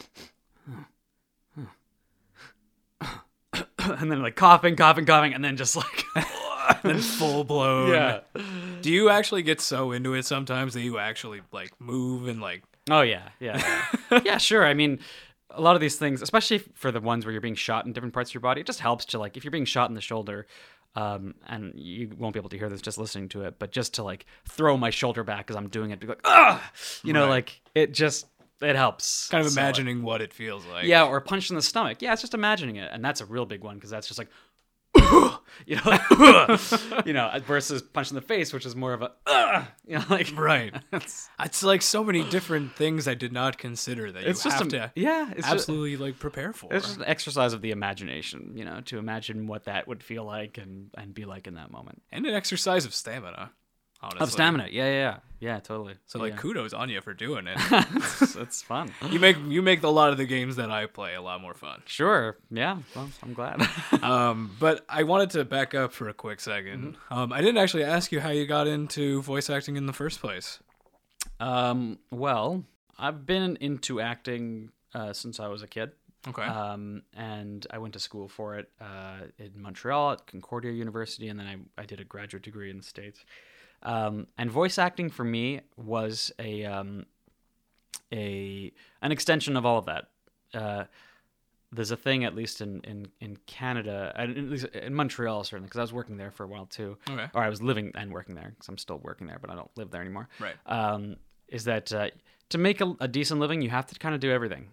Speaker 2: <laughs> and then like coughing, coughing, coughing, and then just like <laughs>
Speaker 1: then full blown. Do you actually get so into it sometimes that you actually like move and like?
Speaker 2: Oh yeah, yeah,
Speaker 1: <laughs>
Speaker 2: yeah. yeah. Sure. I mean, a lot of these things, especially for the ones where you're being shot in different parts of your body, it just helps to like if you're being shot in the shoulder, um, and you won't be able to hear this just listening to it, but just to like throw my shoulder back as I'm doing it, be like, ah, you know,
Speaker 1: Right.
Speaker 2: like it just it helps.
Speaker 1: Kind of
Speaker 2: So, like,
Speaker 1: imagining what it feels like.
Speaker 2: yeah, or a punch in the stomach. Yeah, it's just imagining it, and that's a real big one because that's just like, <laughs> you know, like, <laughs> you know, versus punch in the face, which is more of a, "Ugh," you know, like <laughs>
Speaker 1: Right. it's like so many different things I did not consider that
Speaker 2: it's
Speaker 1: you
Speaker 2: just
Speaker 1: have
Speaker 2: a,
Speaker 1: to
Speaker 2: yeah, it's just-
Speaker 1: absolutely like prepare for.
Speaker 2: It's just an exercise of the imagination, you know, to imagine what that would feel like and, and be like in that moment.
Speaker 1: and an exercise of stamina. Honestly.
Speaker 2: Of stamina, yeah, yeah, yeah, yeah, totally.
Speaker 1: So like
Speaker 2: yeah.
Speaker 1: kudos on you for doing it.
Speaker 2: <laughs> it's, it's fun.
Speaker 1: you make you make a lot of the games that I play a lot more fun.
Speaker 2: <laughs> Sure, yeah. Well, I'm glad.
Speaker 1: Um, but I wanted to back up for a quick 2nd
Speaker 2: Mm-hmm.
Speaker 1: Um, I didn't actually ask you how you got into voice acting in the first place.
Speaker 2: <laughs> um, well, I've been into acting uh, since I was a kid.
Speaker 1: Okay.
Speaker 2: Um, and I went to school for it uh, in Montreal at Concordia University, and then I, I did a graduate degree in the States. Um, and voice acting for me was a um, a an extension of all of that. Uh, there's a thing, at least in in, in Canada, and at least in Montreal, certainly, because I was working there for a while too,
Speaker 1: Okay.
Speaker 2: or I was living and working there, because I'm still working there, but I don't live there anymore
Speaker 1: right.
Speaker 2: um, is that uh, to make a, a decent living, you have to kind of do everything.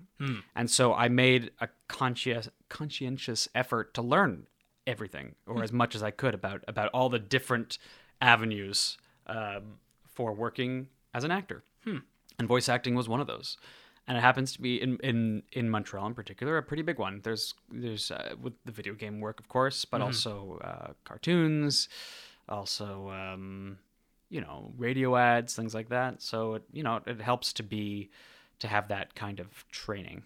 Speaker 2: And so I made a conscious, conscientious effort to learn everything, or as much as I could about about all the different avenues um, for working as an actor. And voice acting was one of those. And it happens to be in, in, in Montreal in particular a pretty big one. There's there's uh, with the video game work, of course, but also uh, cartoons, also um, you know radio ads things like that so it you know it helps to be to have that kind of training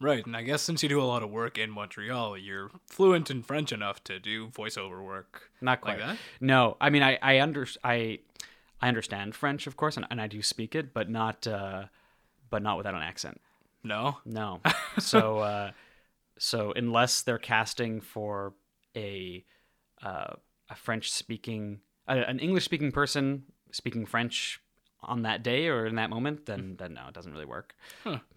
Speaker 1: Right. And I guess since you do a lot of work in Montreal, you're fluent in French enough to do voiceover work.
Speaker 2: not
Speaker 1: Like
Speaker 2: quite
Speaker 1: that?
Speaker 2: no i mean i i under i i understand french of course and, and i do speak it but not uh but not without an accent
Speaker 1: No.
Speaker 2: <laughs> No. So uh, so unless they're casting for a uh, a French speaking uh, an English speaking person speaking French on that day or in that moment, then then no, it doesn't really work.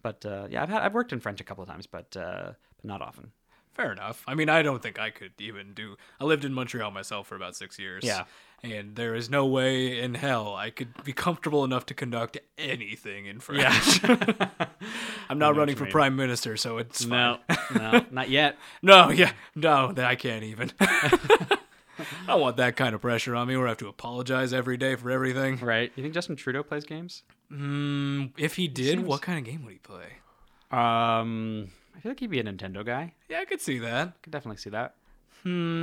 Speaker 2: But uh, yeah, I've had, I've worked in French a couple of times, but uh, but not often.
Speaker 1: fair enough. I mean, I don't think I could even do. I lived in Montreal myself for about six years.
Speaker 2: Yeah.
Speaker 1: And there is no way in hell I could be comfortable enough to conduct anything in French.
Speaker 2: <laughs>
Speaker 1: <laughs> I'm not running
Speaker 2: you
Speaker 1: for
Speaker 2: mean.
Speaker 1: prime minister, so it's
Speaker 2: no,
Speaker 1: fine.
Speaker 2: <laughs> no, not yet.
Speaker 1: no, yeah, no, that I can't even. <laughs> I don't want that kind of pressure on me where I have to apologize every day for everything.
Speaker 2: Right? You think Justin Trudeau plays games?
Speaker 1: Mm, if he did,
Speaker 2: seems-
Speaker 1: what kind of game would he play?
Speaker 2: Um, I feel like he'd be a Nintendo guy.
Speaker 1: Yeah, I could see that.
Speaker 2: Could definitely see that.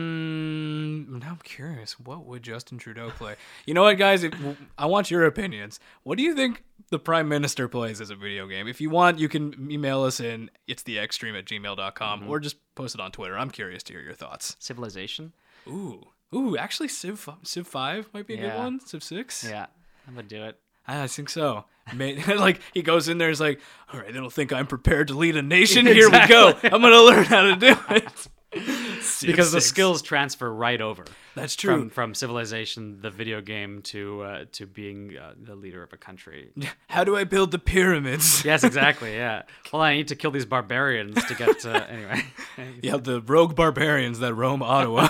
Speaker 1: Hmm. Now I'm curious. What would Justin Trudeau play? You know what, guys? If, I want your opinions. What do you think the prime minister plays as a video game? If you want, you can email us in it's the extreme at gmail.com
Speaker 2: Mm-hmm.
Speaker 1: or just post it on Twitter. I'm curious to hear your thoughts.
Speaker 2: Civilization.
Speaker 1: Ooh. Ooh, actually, Civ, fi- Civ 5 might be a good
Speaker 2: Yeah.
Speaker 1: one. Civ 6?
Speaker 2: Yeah, I'm gonna do it.
Speaker 1: I think so. May- <laughs> like, he goes in there, he's like, all right, they don't think I'm prepared to lead a nation. Here we go. I'm going to learn how to do <laughs> it. Civ
Speaker 2: Because the
Speaker 1: 6.
Speaker 2: skills transfer right over
Speaker 1: That's true.
Speaker 2: from from civilization, the video game, to uh, to being uh, the leader of a country.
Speaker 1: How do I build the pyramids?
Speaker 2: <laughs> Yes, exactly. Yeah. Well, I need to kill these barbarians to
Speaker 1: <laughs>
Speaker 2: get. Uh, anyway,
Speaker 1: <laughs>
Speaker 2: <laughs>
Speaker 1: Yeah, the rogue barbarians that roam <laughs> Ottawa.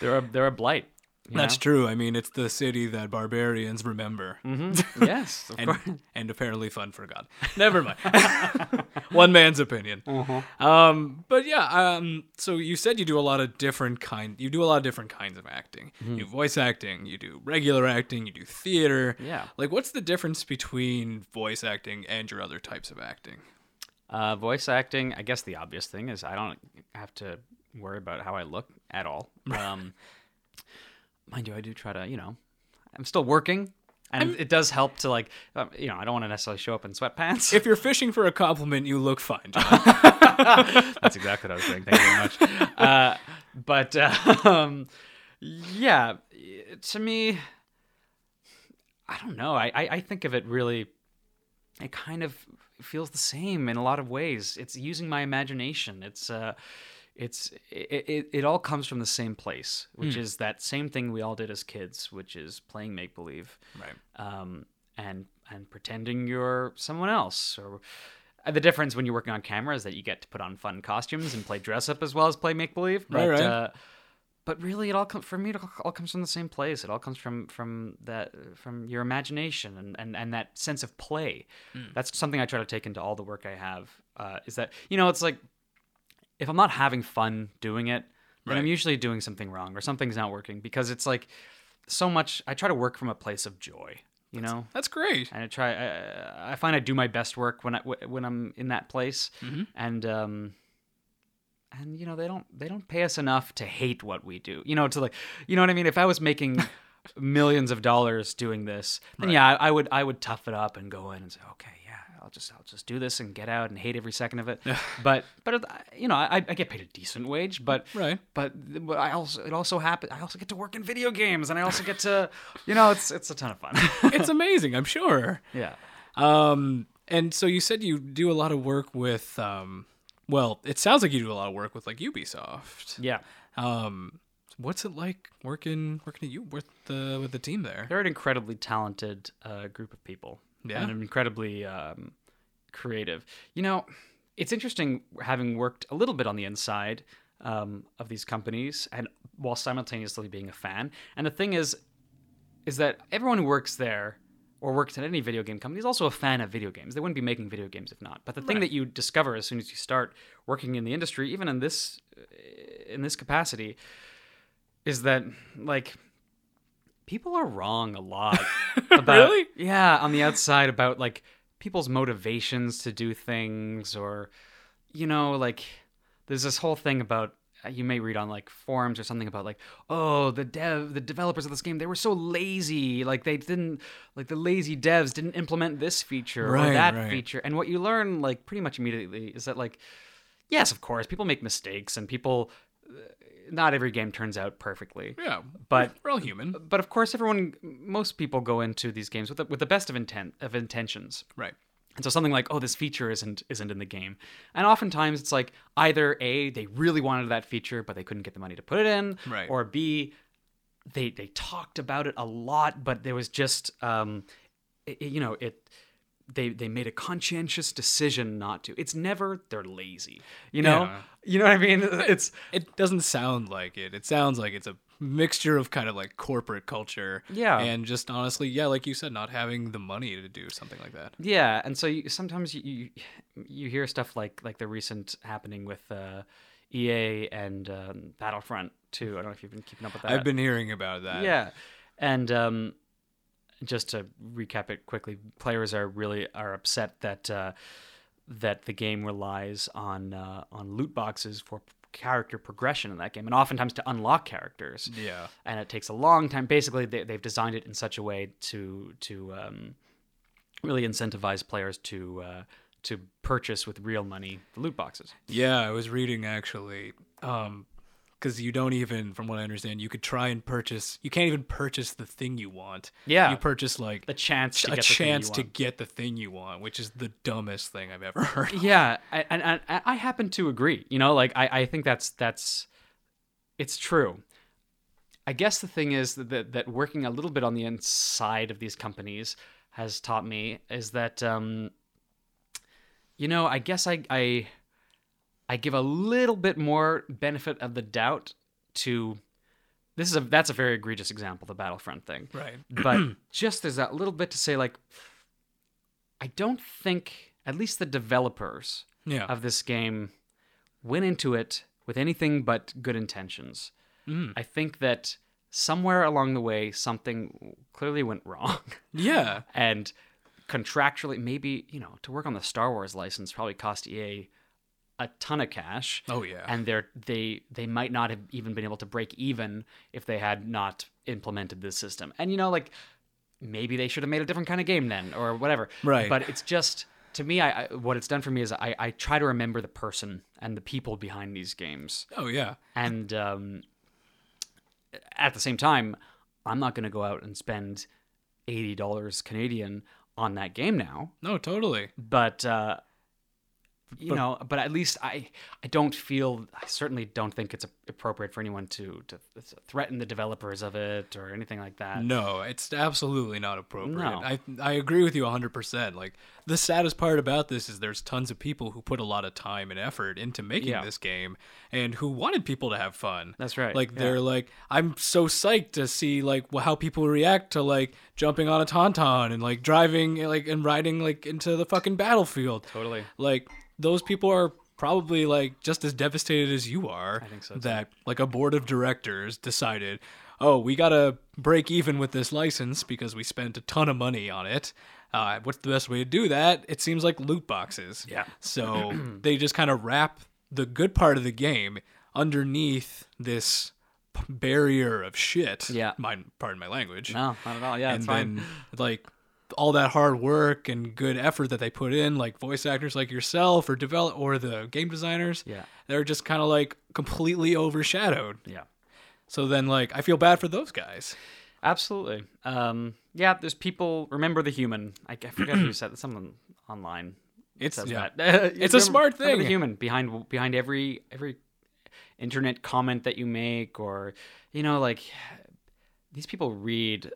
Speaker 2: they're a, they're a blight. you
Speaker 1: That's
Speaker 2: know?
Speaker 1: true. I mean, it's the city that barbarians remember.
Speaker 2: Yes, of course.
Speaker 1: And, and apparently, fun forgot. Never mind. <laughs> One man's opinion. Um, but yeah. Um, so you said you do a lot of different kind. You do a lot of different kinds of acting. You do voice acting. You do regular acting. You do theater.
Speaker 2: Yeah.
Speaker 1: Like, what's the difference between voice acting and your other types of acting?
Speaker 2: Uh, voice acting. I guess the obvious thing is I don't have to worry about how I look
Speaker 1: <laughs>
Speaker 2: at all. Um, mind you, I do try to. You know, I'm still working, and it does help to like. Um, you know, I don't want to necessarily show up in sweatpants.
Speaker 1: If you're fishing for a compliment, you look fine. John.
Speaker 2: That's exactly what I was saying. Thank you very much. Uh, but uh, um, yeah, to me, I don't know. I, I, I think of it really, it kind of feels the same in a lot of ways. It's using my imagination. It's, uh, it's it, it, it all comes from the same place, which is that same thing we all did as kids, which is playing make believe
Speaker 1: right.
Speaker 2: um, and and pretending you're someone else. Or uh, the difference when you're working on camera is that you get to put on fun costumes and play dress up as well as play make believe. But
Speaker 1: Right, right.
Speaker 2: Uh, but really, it all comes for me. It all comes from the same place. It all comes from from that from your imagination and and, and that sense of play.
Speaker 1: Mm.
Speaker 2: That's something I try to take into all the work I have. Uh, is that you know it's like if I'm not having fun doing it, then I'm
Speaker 1: Right.
Speaker 2: usually doing something wrong or something's not working because it's like so much. I try to work from a place of joy, you know,
Speaker 1: That's great.
Speaker 2: and I try. I, I find I do my best work when I wh- when I'm in that place, and um, and you know they don't they don't pay us enough to hate what we do, you know, to like, you know what I mean. If I was making millions of dollars doing this, then yeah, I, I would I would tough it up and go in and say, okay, yeah. I'll just I'll just do this and get out and hate every second of it, <laughs> but but uh, you know I, I get paid a decent wage, but
Speaker 1: Right.
Speaker 2: but, but I also it also happen I also get to work in video games and I also get to you know it's it's a ton
Speaker 1: <laughs>
Speaker 2: of fun.
Speaker 1: It's amazing. I'm sure.
Speaker 2: yeah.
Speaker 1: Um, and so you said you do a lot of work with, um, well, it sounds like you do a lot of work with like Ubisoft.
Speaker 2: Yeah.
Speaker 1: Um, what's it like working working at you with the with the team there?
Speaker 2: They're an incredibly talented uh, group of people.
Speaker 1: Yeah.
Speaker 2: And incredibly um, creative. You know, it's interesting having worked a little bit on the inside um, of these companies and while simultaneously being a fan. And the thing is, is that everyone who works there or works at any video game company is also a fan of video games. They wouldn't be making video games if not. But the thing that you discover as soon as you start working in the industry, even in this in this capacity, is that like people are wrong
Speaker 1: <laughs>
Speaker 2: a lot about
Speaker 1: Really?
Speaker 2: yeah on the outside about like people's motivations to do things or you know like there's this whole thing about uh, you may read on like forums or something about like oh the dev the developers of this game they were so lazy like they didn't like the lazy devs didn't implement this feature
Speaker 1: Right,
Speaker 2: or that
Speaker 1: right.
Speaker 2: feature and what you learn like pretty much immediately is that like yes of course people make mistakes and people uh, not every game turns out perfectly
Speaker 1: Yeah,
Speaker 2: But-
Speaker 1: we're all human,
Speaker 2: but of course everyone most people go into these games with the, with the best of intent of intentions
Speaker 1: right?
Speaker 2: and so something like, oh, this feature isn't isn't in the game. And oftentimes it's like either A, they really wanted that feature, but they couldn't get the money to put it in.
Speaker 1: Right.
Speaker 2: Or B, they they talked about it a lot, but there was just um i- i- you know, it they they made a conscientious decision not to. It's never they're lazy. You know,
Speaker 1: Yeah.
Speaker 2: you know what I mean. <laughs> It's
Speaker 1: It doesn't sound like it. It sounds like it's a mixture of kind of like corporate culture.
Speaker 2: Yeah.
Speaker 1: And just honestly, yeah, like you said, not having the money to do something like that.
Speaker 2: Yeah, and so you, sometimes you, you you hear stuff like like the recent happening with uh, EA and um, Battlefront too. I don't know if you've been keeping up with that.
Speaker 1: I've been hearing about that.
Speaker 2: yeah, and um, just to recap it quickly, players are really are upset that uh, that the game relies on uh, on loot boxes for p- character progression in that game, and oftentimes to unlock characters
Speaker 1: Yeah.
Speaker 2: and it takes a long time. Basically, they, they've designed it in such a way to to um, really incentivize players to uh, to purchase with real money the loot boxes.
Speaker 1: Yeah, I was reading actually. Um, because you don't even, from what I understand, you could try and purchase. You can't even purchase the thing you want.
Speaker 2: Yeah.
Speaker 1: you purchase like
Speaker 2: The chance to
Speaker 1: a
Speaker 2: get the thing you
Speaker 1: chance to
Speaker 2: want.
Speaker 1: get the thing you want, which is the dumbest thing I've ever <laughs>
Speaker 2: <laughs>
Speaker 1: heard.
Speaker 2: Yeah, I, and, and and I happen to agree. You know, like I, I think that's that's it's true. I guess the thing is that, that that working a little bit on the inside of these companies has taught me is that um, you know I guess I I I give a little bit more benefit of the doubt to this is a that's a very egregious example the Battlefront thing
Speaker 1: Right.
Speaker 2: but just there's that little bit to say like i don't think at least the developers
Speaker 1: Yeah.
Speaker 2: of this game went into it with anything but good intentions i think that somewhere along the way something clearly went <laughs> wrong
Speaker 1: yeah.
Speaker 2: and contractually maybe you know to work on the star wars license probably cost ea a ton of cash
Speaker 1: Oh, yeah.
Speaker 2: and they're they they might not have even been able to break even if they had not implemented this system and you know like maybe they should have made a different kind of game then or whatever
Speaker 1: Right.
Speaker 2: but it's just to me I, I what it's done for me is I, I try to remember the person and the people behind these games
Speaker 1: Oh yeah.
Speaker 2: and um, at the same time, I'm not going to go out and spend eighty dollars Canadian on that game now.
Speaker 1: No, totally.
Speaker 2: But uh, you know, but at least I I don't feel I certainly don't think it's appropriate for anyone to to threaten the developers of it or anything like that.
Speaker 1: No, it's absolutely not appropriate.
Speaker 2: No.
Speaker 1: I I agree with you 100%. Like the saddest part about this is there's tons of people who put a lot of time and effort into making
Speaker 2: Yeah.
Speaker 1: this game and who wanted people to have fun.
Speaker 2: That's right,
Speaker 1: Like
Speaker 2: yeah.
Speaker 1: they're like I'm so psyched to see like wh- how people react to like jumping on a tauntaun and like driving like and riding like into the fucking battlefield.
Speaker 2: Totally.
Speaker 1: Like those people are probably like just as devastated as you are I
Speaker 2: think so, too.
Speaker 1: that like a board of directors decided oh we gotta break even with this license because we spent a ton of money on it uh, what's the best way to do that it seems like loot boxes
Speaker 2: Yeah. <clears throat>
Speaker 1: so they just kind of wrap the good part of the game underneath this p- barrier of shit
Speaker 2: Yeah.
Speaker 1: Mine, pardon my language
Speaker 2: No, not at all. Yeah,
Speaker 1: and
Speaker 2: it's fine.
Speaker 1: then like all that hard work and good effort that they put in, like voice actors like yourself or develop or the game designers,
Speaker 2: Yeah.
Speaker 1: they're just kind of like completely overshadowed.
Speaker 2: yeah.
Speaker 1: So then, like, I feel bad for those guys.
Speaker 2: Absolutely. Um, yeah, there's people. Remember the human. I, I forget <clears throat> who said someone online.
Speaker 1: It's-
Speaker 2: says
Speaker 1: yeah.
Speaker 2: that. <laughs>
Speaker 1: It's a smart
Speaker 2: remember
Speaker 1: thing.
Speaker 2: The human behind behind every every internet comment that you make, or you know, like these people read.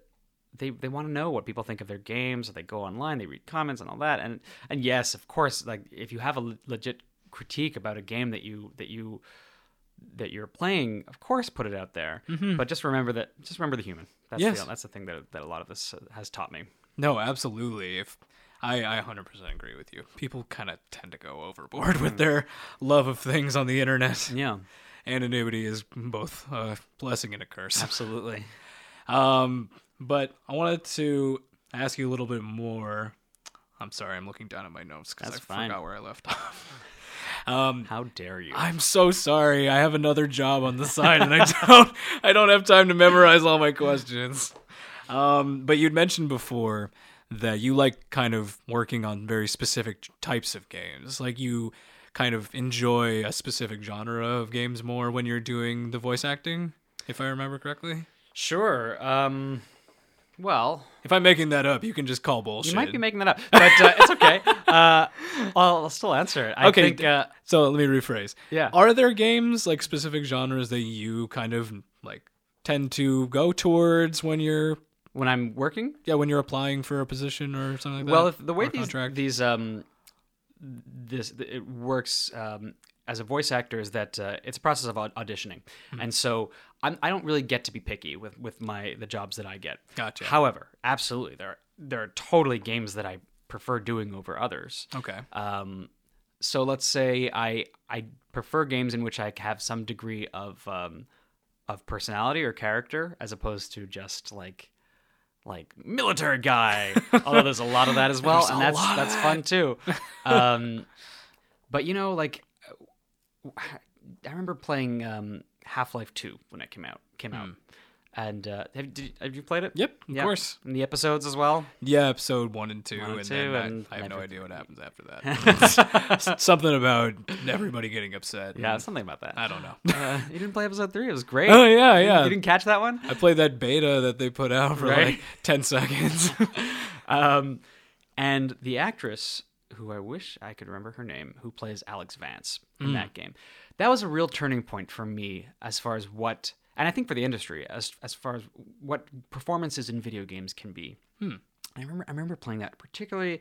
Speaker 2: They, they want to know what people think of their games. So they go online, they read comments and all that. And and yes, of course, like if you have a le- legit critique about a game that you that you that you're playing, of course, put it out there. But just remember that. Just remember the human. That's
Speaker 1: Mm-hmm. Yes.
Speaker 2: the, that's the thing that that a lot of this uh, has taught me.
Speaker 1: No, absolutely. If I, I 100% agree with you. People kind of tend to go overboard
Speaker 2: Mm.
Speaker 1: with their love of things on the internet. <laughs>
Speaker 2: Yeah,
Speaker 1: Anonymity is both a blessing and a curse.
Speaker 2: absolutely.
Speaker 1: Um, but I wanted to ask you a little bit more. I'm sorry, I'm looking down at my notes because I
Speaker 2: That's fine.
Speaker 1: forgot where I left <laughs> off.
Speaker 2: How dare you?
Speaker 1: I'm so sorry. I have another job on the side, and I <laughs> don't, I don't have time to memorize all my questions. Um, but you'd mentioned before that you like kind of working on very specific types of games. Like you kind of enjoy a specific genre of games more when you're doing the voice acting, if I remember correctly.
Speaker 2: sure. Um, well,
Speaker 1: If I'm making that up, you can just call bullshit.
Speaker 2: you might be making that up, but uh, it's
Speaker 1: <laughs>
Speaker 2: okay. Uh, I'll, I'll still answer it. I
Speaker 1: Okay,
Speaker 2: think. Uh,
Speaker 1: So let me rephrase.
Speaker 2: Yeah.
Speaker 1: Are there games like specific genres that you kind of like tend to go towards when you're
Speaker 2: when I'm working.
Speaker 1: Yeah, when you're applying for a position or something like that.
Speaker 2: Well, if the way
Speaker 1: or
Speaker 2: these
Speaker 1: contract.
Speaker 2: these um this it works um, as a voice actor is that uh, it's a process of au- auditioning,
Speaker 1: Hmm.
Speaker 2: and so I'm, I don't really get to be picky with with my the jobs that I get.
Speaker 1: Gotcha.
Speaker 2: However, absolutely there are, there are totally games that I prefer doing over others.
Speaker 1: okay.
Speaker 2: Um, so let's say I I prefer games in which I have some degree of um, of personality or character as opposed to just like like
Speaker 1: <laughs>
Speaker 2: military guy. Although there's a lot of that as well,
Speaker 1: There's
Speaker 2: and
Speaker 1: a
Speaker 2: that's
Speaker 1: lot of
Speaker 2: that's
Speaker 1: <laughs>
Speaker 2: fun too. Um, but you know, like I remember playing um, Half Life Two when it came out came out. And uh, have, did, have you played it?
Speaker 1: Hmm. Yep, Hmm. of
Speaker 2: Yeah.
Speaker 1: course.
Speaker 2: And the episodes as well.
Speaker 1: Yeah, episode one and two,
Speaker 2: One and
Speaker 1: and
Speaker 2: two,
Speaker 1: then I-
Speaker 2: and
Speaker 1: I, have no
Speaker 2: everything.
Speaker 1: idea what happens after
Speaker 2: <laughs>
Speaker 1: that. something about everybody getting upset.
Speaker 2: Yeah, something about that.
Speaker 1: I don't
Speaker 2: <laughs>
Speaker 1: know.
Speaker 2: Uh, you didn't play episode three. It was
Speaker 1: <laughs>
Speaker 2: great.
Speaker 1: Oh, yeah,
Speaker 2: You didn't-
Speaker 1: yeah.
Speaker 2: You didn't catch that one.
Speaker 1: I played that beta that they put out for
Speaker 2: Right.
Speaker 1: like ten
Speaker 2: <laughs>
Speaker 1: seconds.
Speaker 2: Um, and the actress, who I wish I could remember her name, who plays Alex Vance in that game, that was a real turning point for me as far as what, and I think for the industry as as far as what performances in video games can be. I remember I remember playing that particularly.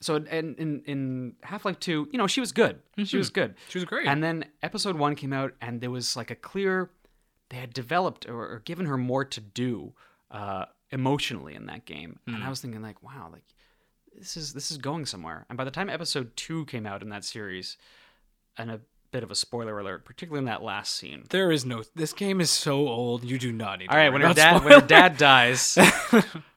Speaker 2: So in in, in Half Life Two, you know, she was good. She was good.
Speaker 1: She was great.
Speaker 2: And then Episode One came out, and there was like a clear they had developed or, or given her more to do uh, emotionally in that game,
Speaker 1: Hmm.
Speaker 2: and I was thinking like, wow, like this is this is going somewhere. And by the time Episode Two came out in that series, and a bit of a spoiler alert, particularly in that last scene.
Speaker 1: there is no. This game is so old. You do not need. To
Speaker 2: All right,
Speaker 1: worry
Speaker 2: when her
Speaker 1: about
Speaker 2: dad
Speaker 1: spoil-
Speaker 2: when
Speaker 1: <laughs>
Speaker 2: her dad dies,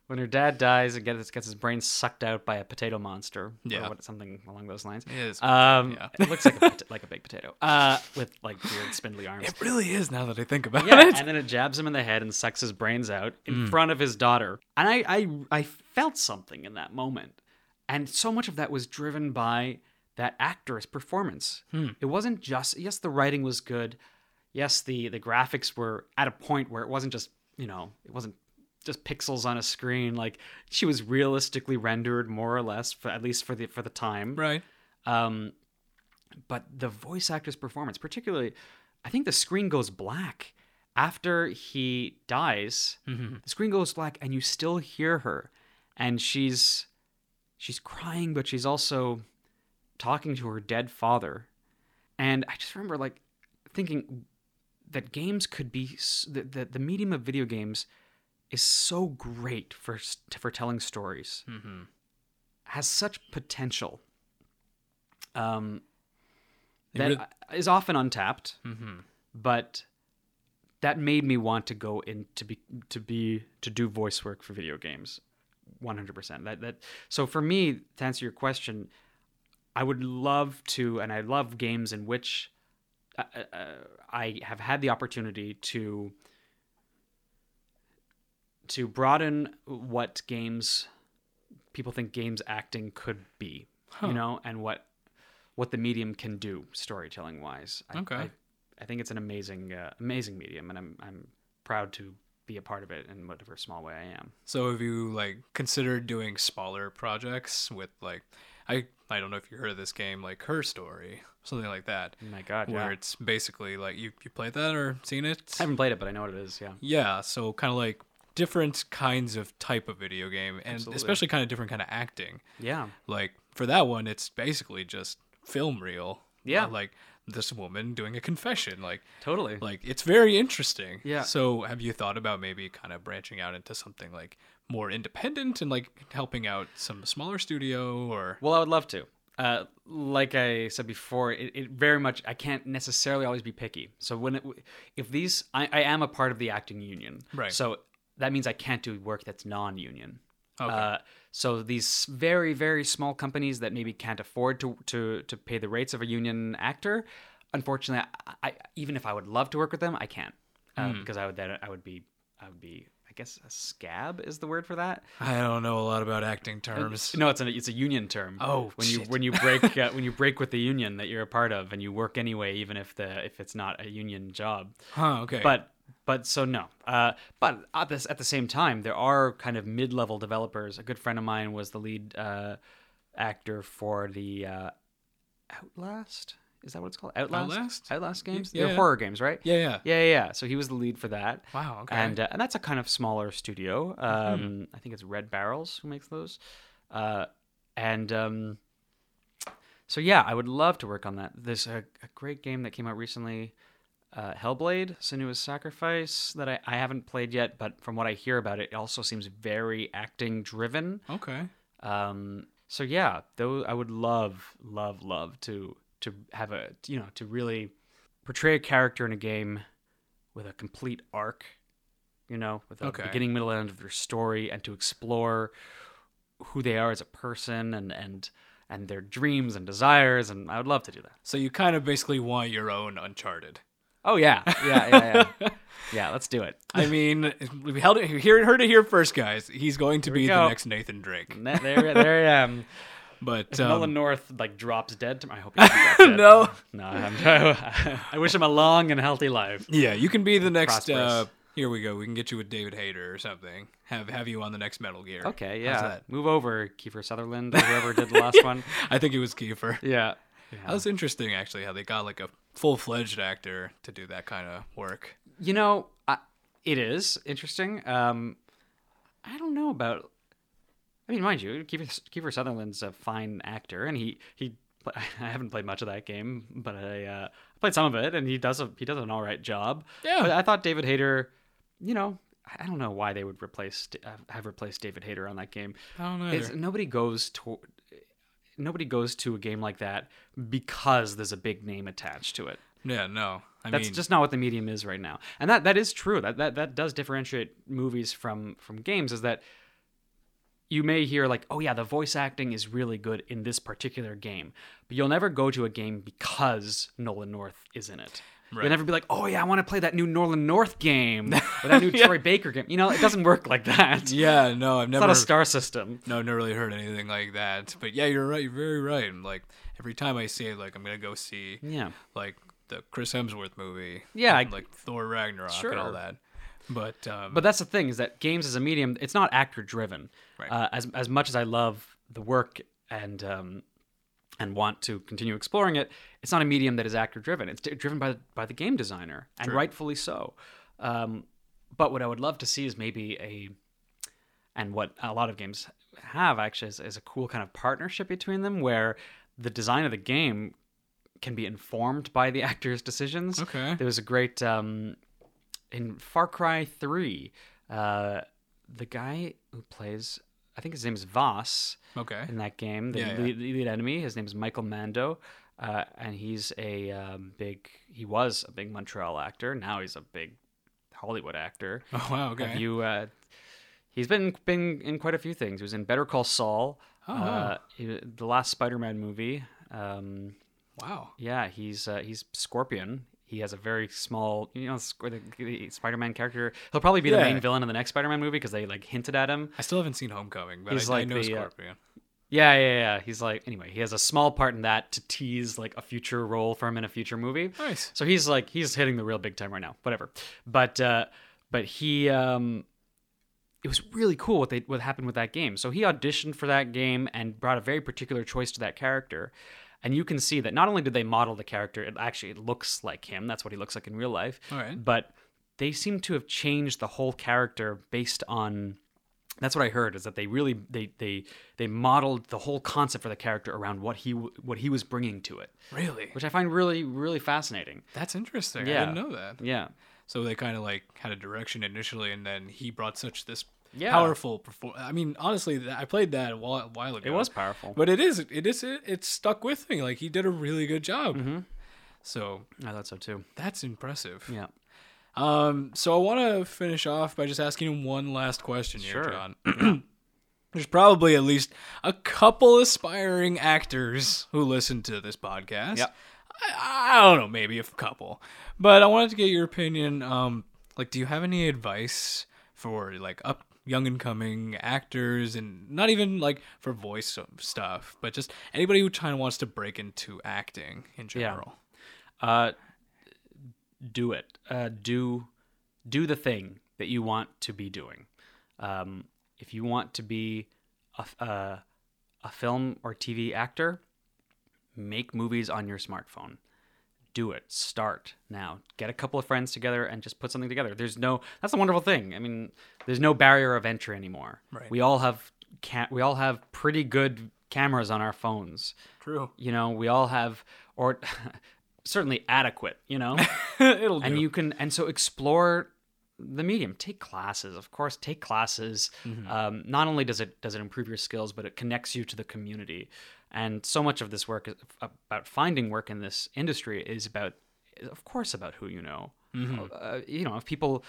Speaker 2: when her dad dies and gets gets his brain sucked out by a potato monster,
Speaker 1: Yeah.
Speaker 2: or what, something along those lines.
Speaker 1: is
Speaker 2: um,
Speaker 1: yeah.
Speaker 2: it looks like
Speaker 1: <laughs>
Speaker 2: a, pot- like a big potato, uh, with like weird spindly arms.
Speaker 1: It really is. Now that I think about
Speaker 2: Yeah,
Speaker 1: it. Mm.
Speaker 2: and then it jabs him in the head and sucks his brains out in front of his daughter. And I, I, I felt something in that moment, and so much of that was driven by that actor's performance.
Speaker 1: Hmm.
Speaker 2: It wasn't just yes, the writing was good, yes, the the graphics were at a point where it wasn't just you know it wasn't just pixels on a screen. Like she was realistically rendered more or less, for, at least for the for the time.
Speaker 1: <laughs> Right.
Speaker 2: Um, but the voice actor's performance, particularly, I think the screen goes black after he dies. The screen goes black, and you still hear her, and she's she's crying, but she's also talking to her dead father. And I just remember like thinking that games could be s- the the, the medium of video games is so great for s- for telling stories. Has such potential um,
Speaker 1: It
Speaker 2: that
Speaker 1: really- mm-hmm.
Speaker 2: is often untapped, but that made me want to go in to be to be to do voice work for video games, one hundred percent. That that so for me to answer your question, I would love to, and I love games in which uh, uh, uh, I have had the opportunity to to broaden what games people think games acting could be, you know, and what what the medium can do storytelling wise. I,
Speaker 1: Okay.
Speaker 2: I, I think it's an amazing uh, amazing medium, and I'm I'm proud to be a part of it in whatever small way I am.
Speaker 1: So have you like considered doing smaller projects with like I I don't know if you heard of this game like Her Story something like that
Speaker 2: Oh my God,
Speaker 1: where
Speaker 2: yeah.
Speaker 1: it's basically like you you played that or seen it
Speaker 2: I haven't played it, but I know what it is. Yeah.
Speaker 1: yeah so kind of like different kinds of type of video game and
Speaker 2: Absolutely.
Speaker 1: especially kind of different kind of acting
Speaker 2: Yeah.
Speaker 1: like for that one it's basically just film reel
Speaker 2: Yeah.
Speaker 1: Uh, like this woman doing a confession like
Speaker 2: Totally.
Speaker 1: like it's very interesting
Speaker 2: Yeah.
Speaker 1: so have you thought about maybe kind of branching out into something like more independent and like helping out some smaller studio or
Speaker 2: Well, I would love to. Uh, like I said before, it, it very much I can't necessarily always be picky. So when it, if these, I, I am a part of the acting union,
Speaker 1: Right.
Speaker 2: So that means I can't do work that's non-union.
Speaker 1: Okay.
Speaker 2: Uh, so these very very small companies that maybe can't afford to to to pay the rates of a union actor, unfortunately, I, I even if I would love to work with them, I can't uh, because I would then I would be I would be I guess a scab is the word for that.
Speaker 1: i don't know a lot about acting terms
Speaker 2: No, it's a it's a union term.
Speaker 1: Oh,
Speaker 2: when you
Speaker 1: shit.
Speaker 2: when you
Speaker 1: <laughs>
Speaker 2: break uh, when you break with the union that you're a part of, and you work anyway, even if the if it's not a union job.
Speaker 1: huh okay
Speaker 2: But but so no. Uh, but at this at the same time, there are kind of mid level developers. A good friend of mine was the lead uh, actor for the uh, Outlast. Is that what it's called? Outlast.
Speaker 1: Outlast?
Speaker 2: games.
Speaker 1: yeah,
Speaker 2: They're
Speaker 1: yeah.
Speaker 2: horror games, right?
Speaker 1: Yeah, yeah.
Speaker 2: Yeah, yeah. yeah. So he was the lead for that.
Speaker 1: Wow, Oh, okay.
Speaker 2: And uh, and that's a kind of smaller studio. Um, I think it's Red Barrels who makes those. Uh, and um, so yeah, I would love to work on that. There's a, a great game that came out recently, uh, Hellblade: Senua's Sacrifice, that I, I haven't played yet, but from what I hear about it, it also seems very acting driven.
Speaker 1: uh, Okay.
Speaker 2: Um, so yeah, though I would love, love, love to to have a you know to really portray a character in a game with a complete arc, you know, with a
Speaker 1: Okay.
Speaker 2: beginning, middle, and end of their story, and to explore who they are as a person and and and their dreams and desires, and I would love to do that.
Speaker 1: So you kind of basically want your own Uncharted.
Speaker 2: Oh yeah, yeah, yeah,
Speaker 1: <laughs>
Speaker 2: yeah. yeah let's do it.
Speaker 1: I mean, we held it. You hear- heard it here first, guys. He's going to be the
Speaker 2: go.
Speaker 1: next Nathan Drake.
Speaker 2: And that- There, there I am.
Speaker 1: But
Speaker 2: If Nolan
Speaker 1: um,
Speaker 2: North like drops dead tomorrow. I hope
Speaker 1: <laughs>
Speaker 2: he drops dead.
Speaker 1: No.
Speaker 2: <laughs> no. I'm, I wish him a long and healthy life.
Speaker 1: yeah, you can be the next. Uh,
Speaker 2: Prosperous.
Speaker 1: here we go. We can get you with David Hayter or something. Have have you on the next Metal Gear?
Speaker 2: Okay, yeah.
Speaker 1: How's that?
Speaker 2: Move over, Kiefer <laughs> Sutherland, or whoever did the last one.
Speaker 1: I think it was Kiefer.
Speaker 2: Yeah.
Speaker 1: That was interesting, actually, how they got like a full fledged actor to do that kind of work.
Speaker 2: You know, I, it is interesting. Um, I don't know about. I mean, mind you, Kiefer, Kiefer Sutherland's a fine actor, and he he. <laughs> I haven't played much of that game, but I uh, played some of it, and he does a he does an all right job.
Speaker 1: Yeah.
Speaker 2: But I thought David Hayter, you know, I don't know why they would replace have replaced David Hayter on that game.
Speaker 1: I don't know.
Speaker 2: It's, nobody goes to nobody goes to a game like that because there's a big name attached to it.
Speaker 1: yeah, no. I
Speaker 2: That's
Speaker 1: mean,
Speaker 2: just not what the medium is right now. And that that is true. That that that does differentiate movies from from games is that you may hear like, "Oh yeah, the voice acting is really good in this particular game." But you'll never go to a game because Nolan North is in it.
Speaker 1: Right.
Speaker 2: You'll never be like, "Oh yeah, I want to play that new Nolan North
Speaker 1: <laughs>
Speaker 2: game or that new Troy Baker game." You know, it doesn't work like that.
Speaker 1: yeah, no. I've
Speaker 2: It's
Speaker 1: never
Speaker 2: not a star system.
Speaker 1: No, I've never really heard anything like that. But yeah, you're right. You're very right. And like every time I see it, like I'm gonna go see
Speaker 2: Yeah.
Speaker 1: like the Chris Hemsworth movie.
Speaker 2: Yeah,
Speaker 1: and,
Speaker 2: I-
Speaker 1: like Thor Ragnarok and all
Speaker 2: Sure.
Speaker 1: that. But um,
Speaker 2: But that's the thing is that games as a medium, it's not actor driven.
Speaker 1: Right.
Speaker 2: Uh, as as much as I love the work and um, and want to continue exploring it, it's not a medium that is actor driven. It's d- driven by by the game designer, and rightfully so. Um, but what I would love to see is maybe a and what a lot of games have actually is, is a cool kind of partnership between them where the design of the game can be informed by the <laughs> actors' decisions.
Speaker 1: Okay.
Speaker 2: There was a great um, in Far Cry Three. Uh, the guy who plays, I think his name is Voss
Speaker 1: okay, <laughs>
Speaker 2: in that game. The
Speaker 1: Yeah, yeah.
Speaker 2: lead, lead enemy, his name is Michael Mando, uh, and he's a um, big. He was a big Montreal actor. Now he's a big Hollywood actor.
Speaker 1: oh wow, okay,
Speaker 2: Have you? Uh, he's been been in quite a few things. He was in Better Call Saul.
Speaker 1: Oh, wow.
Speaker 2: uh, he- the last Spider-Man movie. Um,
Speaker 1: wow,
Speaker 2: yeah, he's uh, he's Scorpion. He has a very small, you know, Squ- the, the Spider-Man character. He'll probably be the
Speaker 1: Yeah.
Speaker 2: main villain in the next Spider-Man movie because they like hinted at him.
Speaker 1: I still haven't seen Homecoming, but
Speaker 2: He's
Speaker 1: I, I
Speaker 2: like
Speaker 1: know
Speaker 2: the, uh,
Speaker 1: Scorpion.
Speaker 2: Yeah, yeah, yeah. He's like anyway, he has a small part in that to tease like a future role for him in a future movie.
Speaker 1: Nice.
Speaker 2: So he's like he's hitting the real big time right now. Whatever. But uh but he um it was really cool what they what happened with that game. So he auditioned for that game and brought a very particular choice to that character. And you can see that not only did they model the character, it actually it looks like him. That's what he looks like in real life.
Speaker 1: All right.
Speaker 2: But they seem to have changed the whole character based on that's what I heard is that they really they they they modeled the whole concept for the character around what he w- what he was bringing to it,
Speaker 1: Really,
Speaker 2: which I find really really fascinating.
Speaker 1: that's interesting. I
Speaker 2: Yeah.
Speaker 1: didn't know that.
Speaker 2: Yeah.
Speaker 1: So they kind of like had a direction initially, and then he brought such this
Speaker 2: Yeah.
Speaker 1: powerful perform. I mean, honestly, th- I played that a while, while ago.
Speaker 2: It was powerful.
Speaker 1: but it is, it is, it, it stuck with me. Like he did a really good job. So
Speaker 2: I thought so too.
Speaker 1: that's impressive.
Speaker 2: Mm-hmm. Yeah.
Speaker 1: Um, so I want to finish off by just asking one last question here,
Speaker 2: Sure.
Speaker 1: John. <clears throat> There's probably at least a couple aspiring actors who listen to this podcast.
Speaker 2: Yep.
Speaker 1: I, I don't know, maybe a couple, but I wanted to get your opinion. Um, like, do you have any advice for like up young and coming actors, and not even like for voice stuff, but just anybody who kind of wants to break into acting in general?
Speaker 2: Uh, do it. Uh, do do the thing that you want to be doing. Um, if you want to be a, f- uh, a film or TV actor, make movies on your smartphone. do it. Start now. Get a couple of friends together and just put something together. There's no that's the wonderful thing. I mean, there's no barrier of entry anymore.
Speaker 1: Right.
Speaker 2: We all have ca- we all have pretty good cameras on our phones.
Speaker 1: True.
Speaker 2: You know, we all have or <laughs> certainly adequate, you know.
Speaker 1: <laughs> It'll do.
Speaker 2: and you can and so explore the medium take classes of course take classes um, not only does it does it improve your skills but it connects you to the community and so much of this work is, about finding work in this industry is about is of course about who you know uh, you know if people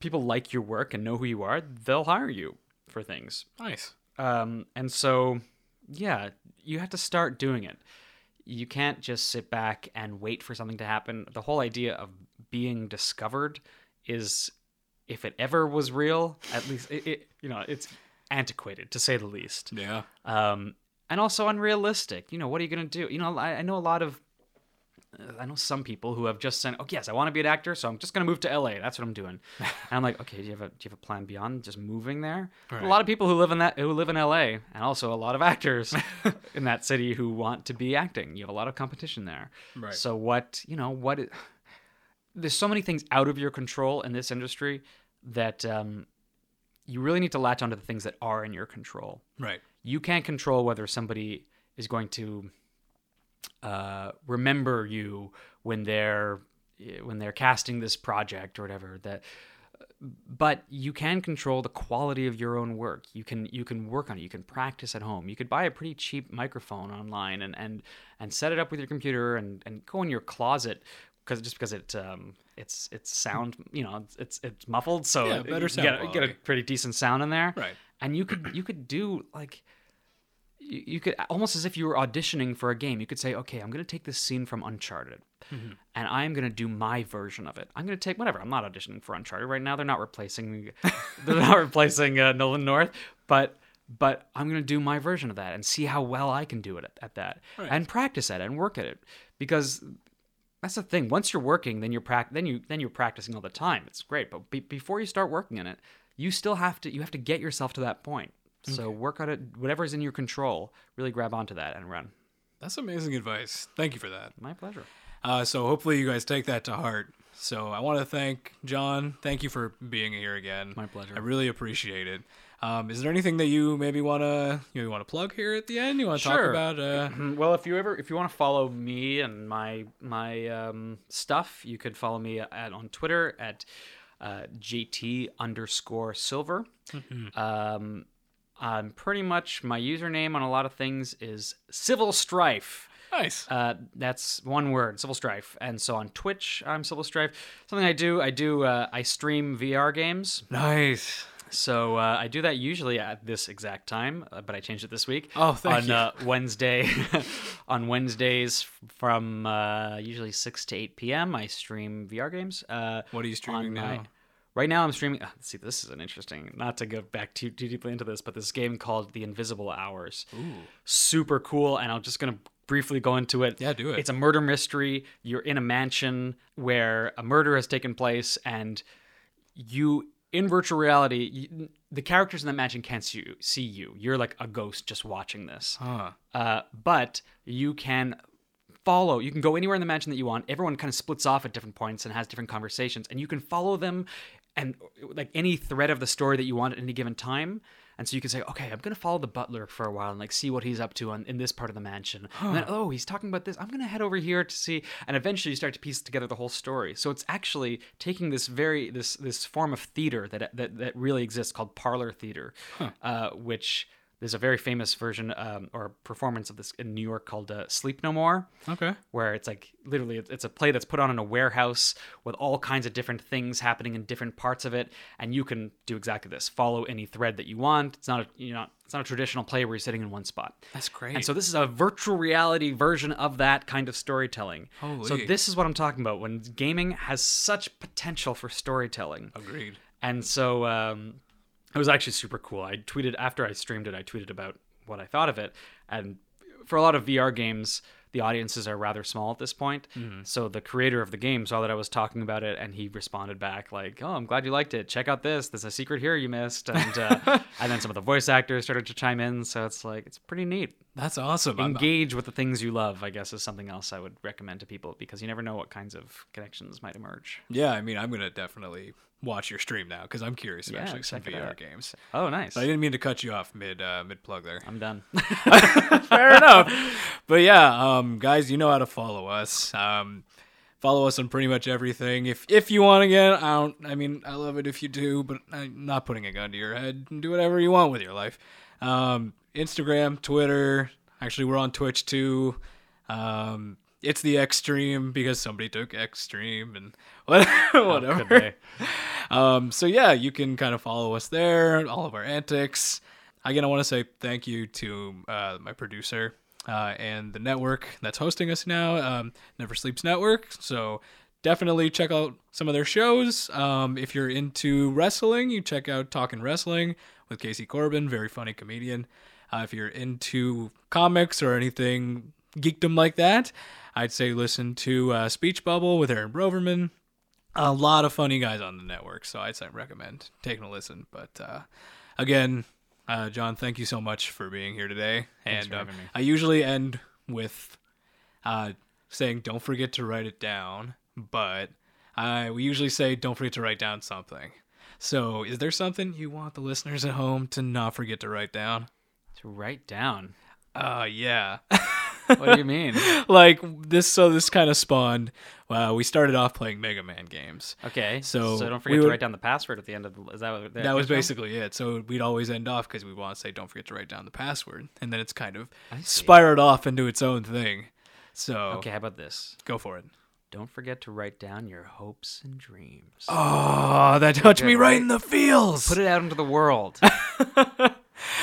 Speaker 2: people like your work and know who you are they'll hire you for things
Speaker 1: nice.
Speaker 2: um, and so, yeah, you have to start doing it. You can't just sit back and wait for something to happen. The whole idea of being discovered is, if it ever was real, at least it, it you know it's antiquated to say the least,
Speaker 1: Yeah.
Speaker 2: um, and also unrealistic. You know, what are you gonna do? You know, I, I know a lot of. uh, I know some people who have just said, "Oh yes, I want to be an actor, so I'm just going to move to LA. That's what
Speaker 1: <laughs>
Speaker 2: I'm doing." And I'm like, "Okay, do you have a do you have a plan beyond just moving there?"
Speaker 1: Right.
Speaker 2: A lot of people who live in that who live in LA, and also a lot
Speaker 1: <laughs>
Speaker 2: of actors in that city who want to be acting. You have a lot of competition there.
Speaker 1: Right.
Speaker 2: So what you know what? It, there's so many things out of your control in this industry that um, you really need to latch onto the things that are in your control
Speaker 1: Right.
Speaker 2: you can't control whether somebody is going to uh, remember you when they're when they're casting this project or whatever that but you can control the quality of your own work you can you can work on it you can practice at home you could buy a pretty cheap microphone online and and and set it up with your computer and and go in your closet because just because it um it's it's sound you know it's it's, it's muffled so
Speaker 1: Yeah, better
Speaker 2: you
Speaker 1: sound
Speaker 2: get, a- you get a
Speaker 1: quality.
Speaker 2: pretty decent sound in there
Speaker 1: Right.
Speaker 2: and you could you could do like you, you could almost as if you were auditioning for a game you could say okay i'm going to take this scene from uncharted and i'm going to do my version of it i'm going to take whatever i'm not auditioning for uncharted right now they're not replacing they're not replacing uh, nolan north but but i'm going to do my version of that and see how well i can do it at, at that and practice at it and work at it because that's the thing. Once you're working, then you're prac- then you then you're practicing all the time. It's great, but be- before you start working in it, you still have to you have to get yourself to that point. So work on it. Whatever's in your control, really grab onto that and run.
Speaker 1: That's amazing advice. Thank you for that.
Speaker 2: My pleasure.
Speaker 1: Uh, so hopefully you guys take that to heart. So I want to thank John. Thank you for being here again.
Speaker 2: My pleasure.
Speaker 1: I really appreciate it. Um, is there anything that you maybe want to you want to plug here at the end? You want to
Speaker 2: Sure.
Speaker 1: talk about? Uh,
Speaker 2: <clears throat> Well, if you ever if you want to follow me and my my um, stuff, you could follow me at on Twitter at uh, JT underscore Silver. Um, I'm pretty much my username on a lot of things is Civil Strife.
Speaker 1: nice.
Speaker 2: Uh, that's one word, Civil Strife. And so on Twitch, I'm Civil Strife. Something I do, I do, uh, I stream VR games.
Speaker 1: nice.
Speaker 2: So uh, I do that usually at this exact time, uh, but I changed it this week.
Speaker 1: Oh, thank
Speaker 2: on,
Speaker 1: you.
Speaker 2: Uh, Wednesday, <laughs> on Wednesdays from uh, usually six to eight p.m. I stream VR games. Uh,
Speaker 1: What are you streaming
Speaker 2: on my-
Speaker 1: now?
Speaker 2: right now, I'm streaming. Uh, see, this is an interesting. Not to go back too too deeply into this, but this game called The Invisible Hours. Super cool, and I'm just gonna briefly go into it.
Speaker 1: Yeah, do it.
Speaker 2: It's a murder mystery. You're in a mansion where a murder has taken place, and you in virtual reality you, the characters in that mansion can't see you, see you you're like a ghost just watching this
Speaker 1: Huh.
Speaker 2: uh, but you can follow you can go anywhere in the mansion that you want everyone kind of splits off at different points and has different conversations and you can follow them and like any thread of the story that you want at any given time and so you can say okay i'm going to follow the butler for a while and like see what he's up to on, in this part of the mansion and then oh he's talking about this i'm going to head over here to see and eventually you start to piece together the whole story so it's actually taking this very this this form of theater that that, that really exists called parlor theater uh, which there's a very famous version um, or performance of this in New York called uh, Sleep No More,
Speaker 1: Okay.
Speaker 2: where it's like literally it's it's a play that's put on in a warehouse with all kinds of different things happening in different parts of it, and you can do exactly this: follow any thread that you want. It's not a you know it's not a traditional play where you're sitting in one spot.
Speaker 1: That's great.
Speaker 2: And so this is a virtual reality version of that kind of storytelling. So
Speaker 1: Holy.
Speaker 2: this is what I'm talking about when gaming has such potential for storytelling.
Speaker 1: agreed.
Speaker 2: And so um, it was actually super cool. I tweeted after I streamed it, I tweeted about what I thought of it. And for a lot of VR games, the audiences are rather small at this point.
Speaker 1: Mm-hmm.
Speaker 2: So the creator of the game saw that I was talking about it, and he responded back like, "Oh, I'm glad you liked it. Check out this. There's a secret here you missed." And
Speaker 1: <laughs>
Speaker 2: uh, and then some of the voice actors started to chime in. So it's like it's pretty neat.
Speaker 1: That's awesome. I'm-
Speaker 2: Engage with the things you love, I guess, is something else I would recommend to people because you never know what kinds of connections might emerge.
Speaker 1: yeah, I mean, I'm gonna definitely watch your stream now because I'm curious about
Speaker 2: Yeah,
Speaker 1: actually some
Speaker 2: check it
Speaker 1: VR
Speaker 2: out.
Speaker 1: games.
Speaker 2: Oh, nice.
Speaker 1: I didn't mean to cut you off mid uh, mid plug there.
Speaker 2: I'm done. <laughs>
Speaker 1: Fair enough. But yeah, um, guys, you know how to follow us. Um, follow us on pretty much everything. If if you want again, I don't. I mean, I love it if you do, but I'm not putting a gun to your head. Do whatever you want with your life. Um, Instagram, Twitter. Actually, we're on Twitch too. Um, it's the extreme because somebody took extreme and <laughs> whatever. whatever.
Speaker 2: Good day.
Speaker 1: Um, so yeah, you can kind of follow us there, all of our antics. Again, I want to say thank you to uh, my producer uh, and the network that's hosting us now, um, Never Sleeps Network. So definitely check out some of their shows. Um, if you're into wrestling, you check out Talking Wrestling with Casey Corbin, very funny comedian. Uh, if you're into comics or anything geekdom like that, I'd say listen to uh, Speech Bubble with Aaron Broverman a lot of funny guys on the network, so I'd say recommend taking a listen. But uh, again, uh, John, thank you so much for being here today. and
Speaker 2: for
Speaker 1: um,
Speaker 2: having me.
Speaker 1: I usually end with uh, saying, "Don't forget to write it down," but I we usually say, "Don't forget to write down something." So, is there something you want the listeners at home to not forget to write down?
Speaker 2: To write down.
Speaker 1: Uh, yeah. <laughs>
Speaker 2: What do you mean?
Speaker 1: like this, so this kind of spawned. Uh, we started off playing Mega Man games.
Speaker 2: Okay.
Speaker 1: So,
Speaker 2: so don't
Speaker 1: we
Speaker 2: forget
Speaker 1: would-
Speaker 2: to write down the password at the end of the. Is that what
Speaker 1: that was
Speaker 2: from?
Speaker 1: basically it. So we'd always end off because we want to say, "Don't forget to write down the password," and then it's kind of spiraled off into its own thing. So
Speaker 2: Okay, how about this?
Speaker 1: go for it.
Speaker 2: Don't forget to write down your hopes and dreams.
Speaker 1: Oh, that touched me right in the feels.
Speaker 2: Put it out into
Speaker 1: <laughs>
Speaker 2: the world.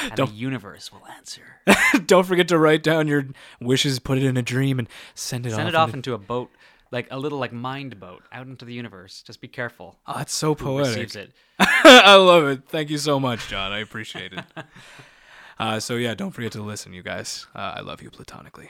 Speaker 2: and the universe will answer.
Speaker 1: <laughs> Don't forget to write down your wishes, put it in a dream, and send it
Speaker 2: Send
Speaker 1: off.
Speaker 2: it off
Speaker 1: into-
Speaker 2: into a boat, like a little like mind boat, out into the universe. Just be careful.
Speaker 1: oh, that's so
Speaker 2: Who
Speaker 1: poetic.
Speaker 2: receives it?
Speaker 1: <laughs> I love it. Thank you so much, John. I appreciate it. Uh, so yeah, don't forget to listen, you guys. Uh, I love you platonically.